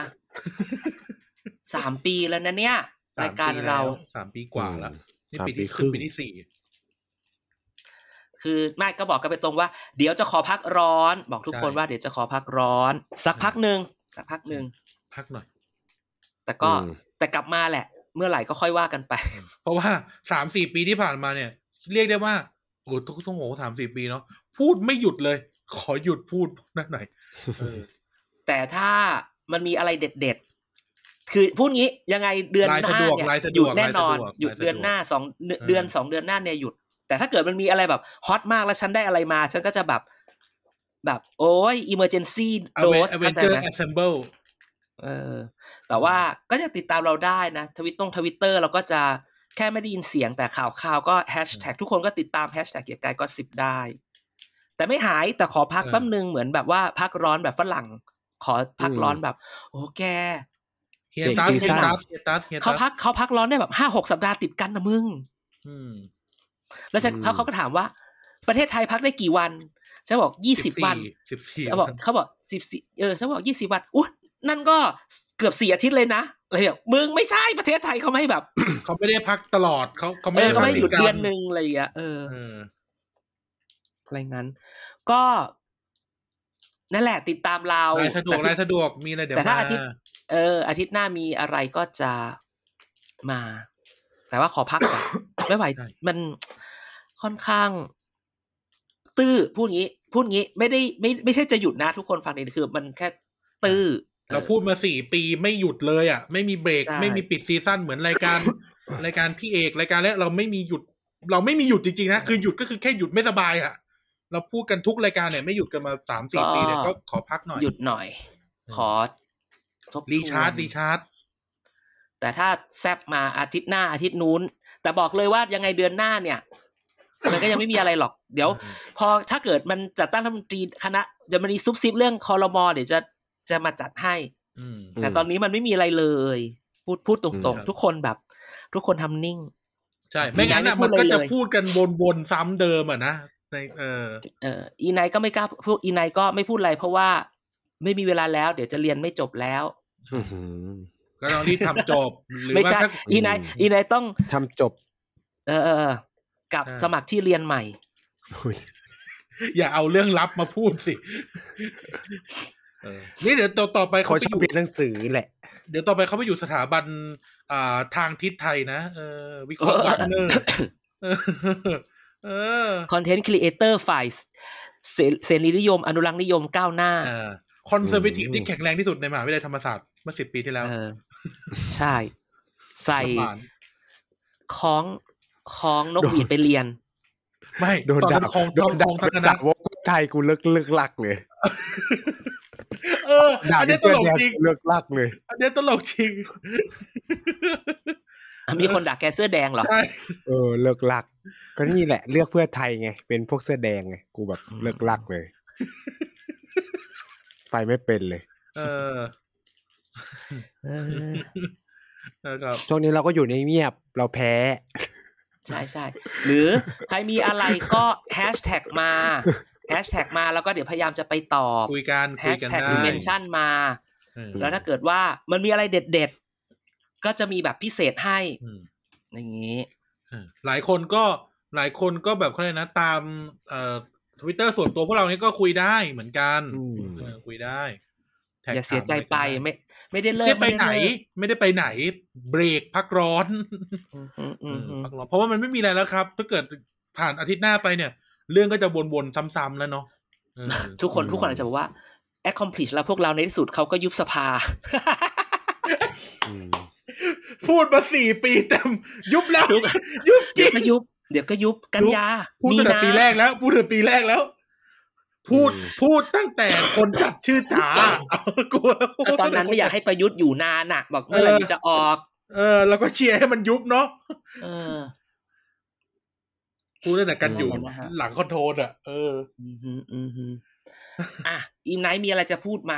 Speaker 1: สามปีแล้วนะเนี่ย
Speaker 2: สม
Speaker 1: รายการ
Speaker 2: ปี
Speaker 1: เรา
Speaker 2: แล้วสามปีกว่าแล้วนี่
Speaker 3: สาม
Speaker 2: ปี
Speaker 3: ปี
Speaker 2: ที่
Speaker 3: ค
Speaker 2: ขึ้น
Speaker 3: รึ่ง
Speaker 2: ปีที่สี่
Speaker 1: คือไม่ก็บอกกันไปตรงว่า เดี๋ยวจะขอพักร้อน บอกทุกคนว่าเดี๋ยวจะขอพักร้อน สักพักหนึ่งสักพักหนึ่ง
Speaker 2: พักหน่อย
Speaker 1: แต่ก็
Speaker 3: อืม
Speaker 1: แต่กลับมาแหละ เมื่อไหร่ก็ค่อยว่ากันไป
Speaker 2: เพราะว่าสามสี่ปีที่ผ่านมาเนี่ย เรียกได้ว่าโอ้โหทุกสมองสามสี่ปีเนาะพูดไม่หยุดเลย ขอหยุดพูดนั่นหน่อยเออ
Speaker 1: แต่ถ้ามันมีอะไรเด็ดๆ คือพูดงี้ยังไงเดือนห
Speaker 2: ลาย
Speaker 1: น้า
Speaker 2: สะดวก
Speaker 1: เนี่ย
Speaker 2: ลายสะ
Speaker 1: ห
Speaker 2: ดวก
Speaker 1: ยุดแน่นอน
Speaker 2: ลายสะดวก
Speaker 1: หยุด
Speaker 2: ลายสะดวก
Speaker 1: เดือนหน้าสองเดือน
Speaker 2: เออ
Speaker 1: เดือนสองเดือนหน้าเนี่ยหยุด แต่ถ้าเกิดมันมีอะไรแบบฮอตมากแล้วฉันได้อะไรมา ฉันก็จะแบบแบบ โอ้ยอิมเมอร์เจนซี่
Speaker 2: อ
Speaker 1: โด
Speaker 2: เว
Speaker 1: ส
Speaker 2: อเว
Speaker 1: เข้าน ใจ
Speaker 2: เจอ
Speaker 1: ไห
Speaker 2: ร์
Speaker 1: ม
Speaker 2: แอสเซมเบล
Speaker 1: เออ แต่ว่าก็ยังติดตามเราได้นะทวิตตรงทวิตเตอร์เราก็จะแค่ไม่ได้ยินเสียงแต่ข่าวข่าวก็แฮชแท็กทุกคนก็ติดตามแฮชแท็กเกียร์กายก็สิบได้ แต่ไม่หายแต่ขอพัก
Speaker 2: เออ
Speaker 1: แป๊บนึงเหมือนแบบว่าพักร้อนแบบฝรั่ง ขอพักร้อนแบบ โอ้แก
Speaker 2: เฮียตัส
Speaker 1: เสี
Speaker 2: เฮี
Speaker 1: ยงซี
Speaker 2: ย
Speaker 1: ซั่
Speaker 2: ตั
Speaker 1: น
Speaker 2: สเฮียตัสเฮีย
Speaker 1: เขา
Speaker 2: ตัส
Speaker 1: พักเขาพักร้อนได้แบบห้าหกสัปดาห์ติดกันนะมึง
Speaker 2: อืม
Speaker 1: แล้วฉัน
Speaker 3: อืม
Speaker 1: เขาเขาก็ถามว่า ประเทศไทยพักได้กี่วันฉันบอกยี่สิบวัน
Speaker 2: สิบสี่
Speaker 1: เขาบอกเขาบอกสิบสี่เออฉันบอกยี่สิบวันอุ้ยนั่นก็เกือบสี่อาทิตย์เลยนะอะไรแบบมึงไม่ใช่ประเทศไทยเขาไม่ แบบ
Speaker 2: เขาไม่ได้พักตลอดเขาเขา
Speaker 1: เอ
Speaker 2: ไม่
Speaker 1: อ
Speaker 2: ได้
Speaker 1: เขา
Speaker 2: พัก
Speaker 1: ไม่หยุด
Speaker 2: ติกั
Speaker 1: เดือนหนึ่งอะไรอย่างเงี้ยเออ
Speaker 2: เออ
Speaker 1: อะไรงั้น ก็ นั่นแหละติดตามเรา
Speaker 2: รายสะดวกรายสะดวกมีอะไรเดี๋ยว
Speaker 1: แต่ถ้า
Speaker 2: มา
Speaker 1: อาทิตย์ เออ อาทิตย์หน้ามีอะไรก็จะมา แต่ว่าขอพัก ก่อน ไม่ไหวมันค่อนข้าง ตื้อพูดงี้ พูดงี้ ไม่ได้ไม่ไม่ใช่จะหยุดนะ ทุกคนฟังดีคือ มันแค่ตื้อ
Speaker 2: เราพูดมาสี่ปีไม่หยุดเลยอ่ะ ไม่มีเบรก
Speaker 1: ใช่
Speaker 2: ไม่มีปิดซีซั่นเหมือนราย การ รายการพี่เอกรายการแล้วเราไม่มีหยุด เราไม่มีหยุดจริงๆนะคือหยุดก็คือแค่หยุดไม่สบายอ่ะ เราพูดกันทุกรายการเนี่ยไม่หยุดกันมาสามสี่ปีเนี่ยก็ขอพักหน่อย
Speaker 1: หยุดหน่อย
Speaker 2: อืม
Speaker 1: ขอทบทวน
Speaker 2: รีชาร์จรีชาร์จ
Speaker 1: แต่ถ้าแซบมาอาทิตย์หน้าอาทิตย์นู้น แต่บอกเลยว่ายังไงเดือนหน้าเนี่ย มันก็ยังไม่มีอะไรห รอก เดี๋ยว พอถ้าเกิดมันจัดตั้งรัฐมนตรีคณะจะมันมีซุบซิบเรื่องคอรมอเดี๋ยวจะจะมาจัดให้
Speaker 2: อืม
Speaker 1: แต่ตอนนี้มันไม่มีอะไรเลย พูดพูดต
Speaker 3: อื
Speaker 1: รง
Speaker 2: ม
Speaker 1: ๆ ทุกคนแบบ ทุกคนทำนิ่ง
Speaker 2: ใช่ไม่งั้นอ่ะ
Speaker 1: ไม่
Speaker 2: มัน
Speaker 1: ได้พูด
Speaker 2: ก็จะ
Speaker 1: เลย
Speaker 2: พูดกันวนๆซ้ำเดิมอ่ะนะในเออ
Speaker 1: เอออีไนท์ก็ไม่กล้าพูดอีไนท์ก็ไม่พูดอะไรเพราะว่าไม่มีเวลาแล้ว เดี๋ยวจะเรียนไม่จบแล้ว
Speaker 3: อื้อหือ
Speaker 2: ก็ต้องรีบทำจ บ หรือ
Speaker 1: ไม่
Speaker 2: ว่า
Speaker 1: ใช่
Speaker 2: ถ้า
Speaker 1: อีไนท์
Speaker 3: อืม
Speaker 1: อีไนท์ต้อง
Speaker 3: ทำจบ
Speaker 1: เออเออเออกลับ
Speaker 2: อ่า
Speaker 1: สมัครที่เรียนใหม่
Speaker 2: อย่าเอาเรื่องลับมาพูดสิเออนี่เดี๋ยวต่อไป
Speaker 3: เขา
Speaker 2: เขาไป
Speaker 3: ชอ
Speaker 2: อบ ยู่
Speaker 3: เรียนหนังสือแหละ
Speaker 2: เดี๋ยวต่อไปเขาไปอยู่สถาบัน อ่า ทางทิศไทยนะ เออ วิเคราะห์วากเนอร์เออเออ
Speaker 1: คอนเทนต์ครีเอเตอร์ฝ่ายเสเสรีนิยม อนุรักษ์นิยมก้าวหน้า
Speaker 2: คอนเซอร์เวทีฟ
Speaker 3: อืม
Speaker 2: ที่แข็งแรงที่สุดในมหาวิทยาลัยธรรมศาสตร์เมื่อสิบปีที่แล้ว
Speaker 1: เออ ใช่ ใส่
Speaker 2: สมาน
Speaker 1: ของของนกหวีดไปเรียน
Speaker 2: ไม่
Speaker 3: โดน
Speaker 2: ตอน
Speaker 3: ด่า
Speaker 2: นั้นของ
Speaker 3: โดน
Speaker 2: ข
Speaker 3: ด่า
Speaker 2: องทางค
Speaker 3: เป็น
Speaker 2: ณะ
Speaker 3: สาวกไทยกูเลิกเลิกลักเลย
Speaker 2: เออ
Speaker 3: ด่า
Speaker 2: อัน
Speaker 3: เป็
Speaker 2: นี้ต
Speaker 3: นเสื้อ
Speaker 2: ลก
Speaker 3: แดง
Speaker 2: จริง
Speaker 3: กูเลิกลักเลย
Speaker 2: อันนี้ตลกจริง
Speaker 1: มีคนด่าแกเสื้อแดงเหรอ
Speaker 2: ใช่
Speaker 3: เออ เลิกลัก ก็นี่แหละเลือกเพื่อไทยไง เป็นพวกเสื้อแดงไง กูแบบเลิกลักเลย ไปไม่เป็นเลย
Speaker 2: เออ
Speaker 1: เออ
Speaker 2: นะครับ
Speaker 3: ช่วงนี้เราก็อยู่ในเงียบเราแพ้
Speaker 1: ใช่ใช่หรือใครมีอะไรก็แฮชแท็กมาแฮชแท็กมาแล้วก็เดี๋ยวพยายามจะไปตอบ
Speaker 2: คุยกัน
Speaker 1: แฮ
Speaker 2: คุย
Speaker 1: ช
Speaker 2: กัน
Speaker 1: แท็ก
Speaker 2: ได้
Speaker 1: เมนชั่นมา
Speaker 2: เออ
Speaker 1: แล้วถ้าเกิดว่ามันมีอะไรเด็ดๆ ก็จะมีแบบพิเศษให้
Speaker 2: อืม
Speaker 1: อย่างนี้
Speaker 2: เออหลายคนก็หลายคนก็แบบเขาเรียกนะตามเอ่อทวิตเตอร์ส่วนตัวพวกเรานี่ก็คุยได้เหมือนกัน
Speaker 3: อืม
Speaker 2: เออคุยได้แท็ก
Speaker 1: อย่าเสียใจไป
Speaker 2: ถามอะร
Speaker 1: ไม่ ไม่ได้เลิ
Speaker 2: ก็
Speaker 1: ก
Speaker 2: ได้ไม่ได้ไปไหน
Speaker 1: ด้เลิก
Speaker 2: ไม่ได้ไปไหน เบรกพักร้อน
Speaker 1: อืมอืมอืม
Speaker 2: เอ
Speaker 1: อื
Speaker 2: อ
Speaker 1: ม
Speaker 2: พักร้อนเพราะว่ามันไม่มีอะไรแล้วครับถ้าเกิดผ่านอาทิตย์หน้าไปเนี่ย เรื่องก็จะวนๆซ้ำๆแล้วเนาะเออ
Speaker 1: ทุกคนทุกคนอาจจะบอกว่า accomplish แล้วพวกเราในที่สุดเขาก็ยุบส ภา
Speaker 3: อืม
Speaker 2: พูดมาสี่ปีเต็มยุบแล้วยุบจ
Speaker 1: เดี๋ยว
Speaker 2: ริง
Speaker 1: ก็ยุบ เดี๋ยวก็ยุบกันยา
Speaker 2: พูด
Speaker 1: มี
Speaker 2: ตั้งแต่
Speaker 1: นา
Speaker 2: ปีแรกแล้ว พูดตั้งแต่ปีแรกแล้ว พูดพูดตั้งแต่คนจัดชื่อ จ๋าเอากลัว
Speaker 1: แต่ตอนนั้นไม่อยากให้ประยุทธ์อยู่นานน่ะ บอกเมื่อไหร่มันจะออก
Speaker 2: เออเราก็เชียร์ให้มันยุบเนาะ
Speaker 1: เออ
Speaker 2: พูดตั้งแต่กันอยู่
Speaker 1: ประมาณนั้นนะฮะ
Speaker 2: หลังคอนโทรลอ่ะเออ
Speaker 1: อืมฮึอืมฮึอ่ะอีไนท์มีอะไรจะพูดไหม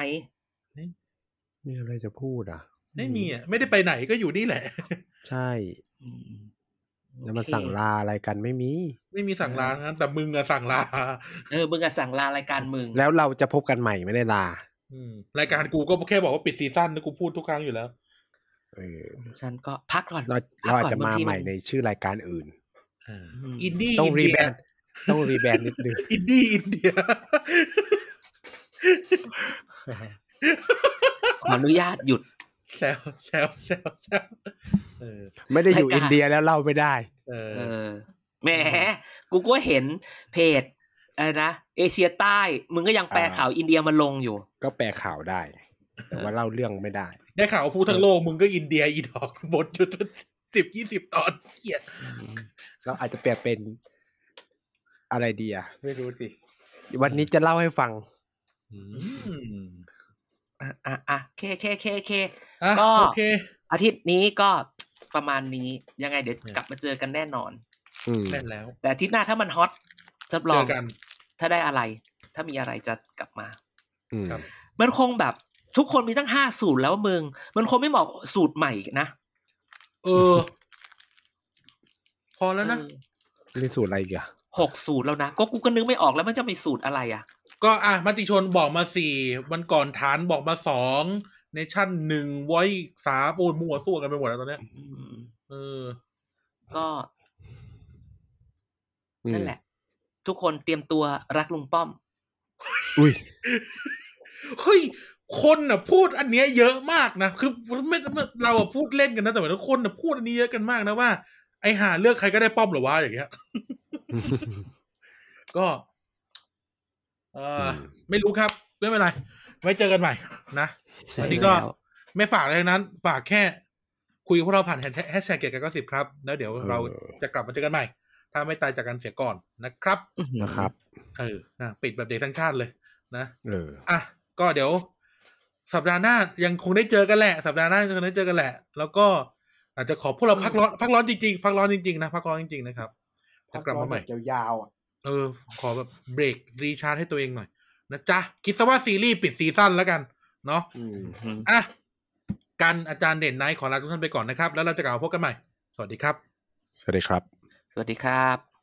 Speaker 3: มีอะไรจะพูดอ่ะ
Speaker 2: ไม่มีอ่ะไม่ได้ไปไหนก็อยู่นี่แหละ
Speaker 3: ใช่
Speaker 1: อืม
Speaker 3: แล้วมัน
Speaker 1: โอเค
Speaker 3: สั่งลาอะไรกันไม่มี
Speaker 2: ไม่มีสั่งลางั้นแต่มึงอะสั่งลา
Speaker 1: เออมึงอะสั่งลารายการมึง
Speaker 3: แล้วเราจะพบกันใหม่ไม่ได้ลา
Speaker 2: อืมรายการกูก็แค่บอกว่าปิดซีซั่นนะกูพูดทุกครั้งอยู่แล้ว
Speaker 3: เออ
Speaker 1: ฉันก็พักก่อน
Speaker 3: เรา
Speaker 1: พั
Speaker 3: เรา
Speaker 1: ก
Speaker 3: อาจ
Speaker 1: ก่น
Speaker 3: จะ
Speaker 1: บ
Speaker 3: มาง
Speaker 1: ที
Speaker 3: ใหม่ในชื่อรายการอื่น
Speaker 1: ม
Speaker 2: อินดี้
Speaker 3: ต้อง
Speaker 2: อิน
Speaker 3: รี
Speaker 2: เดี
Speaker 3: แบ
Speaker 2: ย
Speaker 3: รนด์ต้องรีแบรนด์นิดนึง
Speaker 2: อินดี้อินเดีย
Speaker 1: ขออนุญาตหยุด
Speaker 2: แซวแซวแซวแซวเออ
Speaker 3: ไม่ได้อยู่
Speaker 1: รายการ
Speaker 3: อินเดียแล้วเล่าไม่ได้
Speaker 2: เอ
Speaker 1: เอ
Speaker 2: อ
Speaker 1: อแหมกูก็เห็นเพจอะไรนะเอเชียใต้ มึงก็ยังแปล
Speaker 3: อ่า
Speaker 1: ข่าวอินเดียมาลงอยู่
Speaker 3: ก็แปลข่าวได้ แต่ว่าเล่าเรื่องไม่ได้
Speaker 2: ได้ข่าวว่าพูดทั้งโลกมึงก็อินเดียอีดอกบทจุดสิบยี่สิบตอนเกียด
Speaker 3: เราอาจจะแปลเป็นอะไรดีอะ
Speaker 2: ไม่รู้สิ
Speaker 3: วันนี้จะเล่าให้ฟัง
Speaker 1: อ่ะอ่ะอ่ะเคเคเคเค
Speaker 2: อ่ะ
Speaker 1: ก็
Speaker 2: โอเค
Speaker 1: อาทิตย์นี้ก็ประมาณนี้ยังไงเดี๋ยว
Speaker 2: เนี่ย
Speaker 1: กลับมาเจอกันแน่นอน
Speaker 3: อืม
Speaker 2: แน่นแล้ว
Speaker 1: แต่อาทิตย์หน้าถ้ามันฮอตรับร
Speaker 2: เจ
Speaker 1: อง
Speaker 2: อกัน
Speaker 1: ถ้าได้อะไร ถ้ามีอะไรจะกลับมา
Speaker 3: อืม
Speaker 2: ครับ
Speaker 1: มันคงแบบ ทุกคนมีตั้งห้าสูตรแล้วมึง มันคงไม่เหมาะสูตรใหม่นะ
Speaker 2: เออ พอแล้วนะ
Speaker 1: เออ
Speaker 3: นี่สูตรอะไรอีกอะ
Speaker 1: หกสูตรแล้วนะ ก็กูก็นึกไม่ออกแล้วมันจะมีสูตรอะไรอ่ะ
Speaker 2: ก็อ่ะมติชนบอกมาสี่วันก่อนฐานบอกมาสองในชั้นหนึ่งไว้สามโอ้ยมั่วสู้กันไปหมดแล้วตอนเนี้ย
Speaker 1: อืม
Speaker 2: เออ
Speaker 1: ก็
Speaker 3: อืม
Speaker 1: นั่นแหละ ทุกคนเตรียมตัวรักลุงป้อม
Speaker 3: อุ้ย
Speaker 2: เฮ้ย คนน่ะพูดอันเนี้ยเยอะมากนะคือไม่ไม่เราอะพูดเล่นกันนะแต่หมายถึงคนน่ะพูดอันนี้เยอะกันมากนะว่า ไอหาเลือกใครก็ได้ป้อมเหรอวะอย่างเงี้ย ก็ เอออ
Speaker 3: ม
Speaker 2: ไม่รู้ครับ ไม่เป็นไร ไว้เจอกันใหม่ นะ วันนี้ก็
Speaker 1: ใช่แล้ว
Speaker 2: ไม่ฝากอะไรทั้งนั้น ฝากแค่ คุยกับพวกเราผ่านแฮชแท็กเกียรติกันก็สิบครับ แล้วเดี๋ยวเรา
Speaker 3: เออ
Speaker 2: จะกลับมาเจอกันใหม่ ถ้าไม่ตายจากกันเสียก่อนนะครับ
Speaker 3: นะครับ
Speaker 2: เออนะปิดแบบเด็กทั้งชาติเลย นะ
Speaker 3: เออ
Speaker 2: อ่ะก็เดี๋ยว สัปดาห์หน้ายังคงได้เจอกันแหละ สัปดาห์หน้ายังคงได้เจอกันแหละ แล้วก็อาจจะขอพวกเราพักร้อนพักร้อนจริงๆพักร้อนจริงๆนะพักร้อนจริงๆนะครับแล้วกลับมาใหม่
Speaker 3: ยาวๆอ่ะ
Speaker 2: เออ ขอแบบเบรกรีชาร์จให้ตัวเองหน่อย นะจ๊ะ คิดซะว่าซีรีส์ปิดซีซั่นแล้วกัน เนาะ
Speaker 3: อืม
Speaker 2: อ่ะกันอาจารย์เด่นไนท์ขอลาทุกท่านไปก่อนนะครับ แล้วเราจะกลับมาพบกันใหม่ สวัสดีครับ
Speaker 3: สวัสดีครับ
Speaker 1: สวัสดีครับ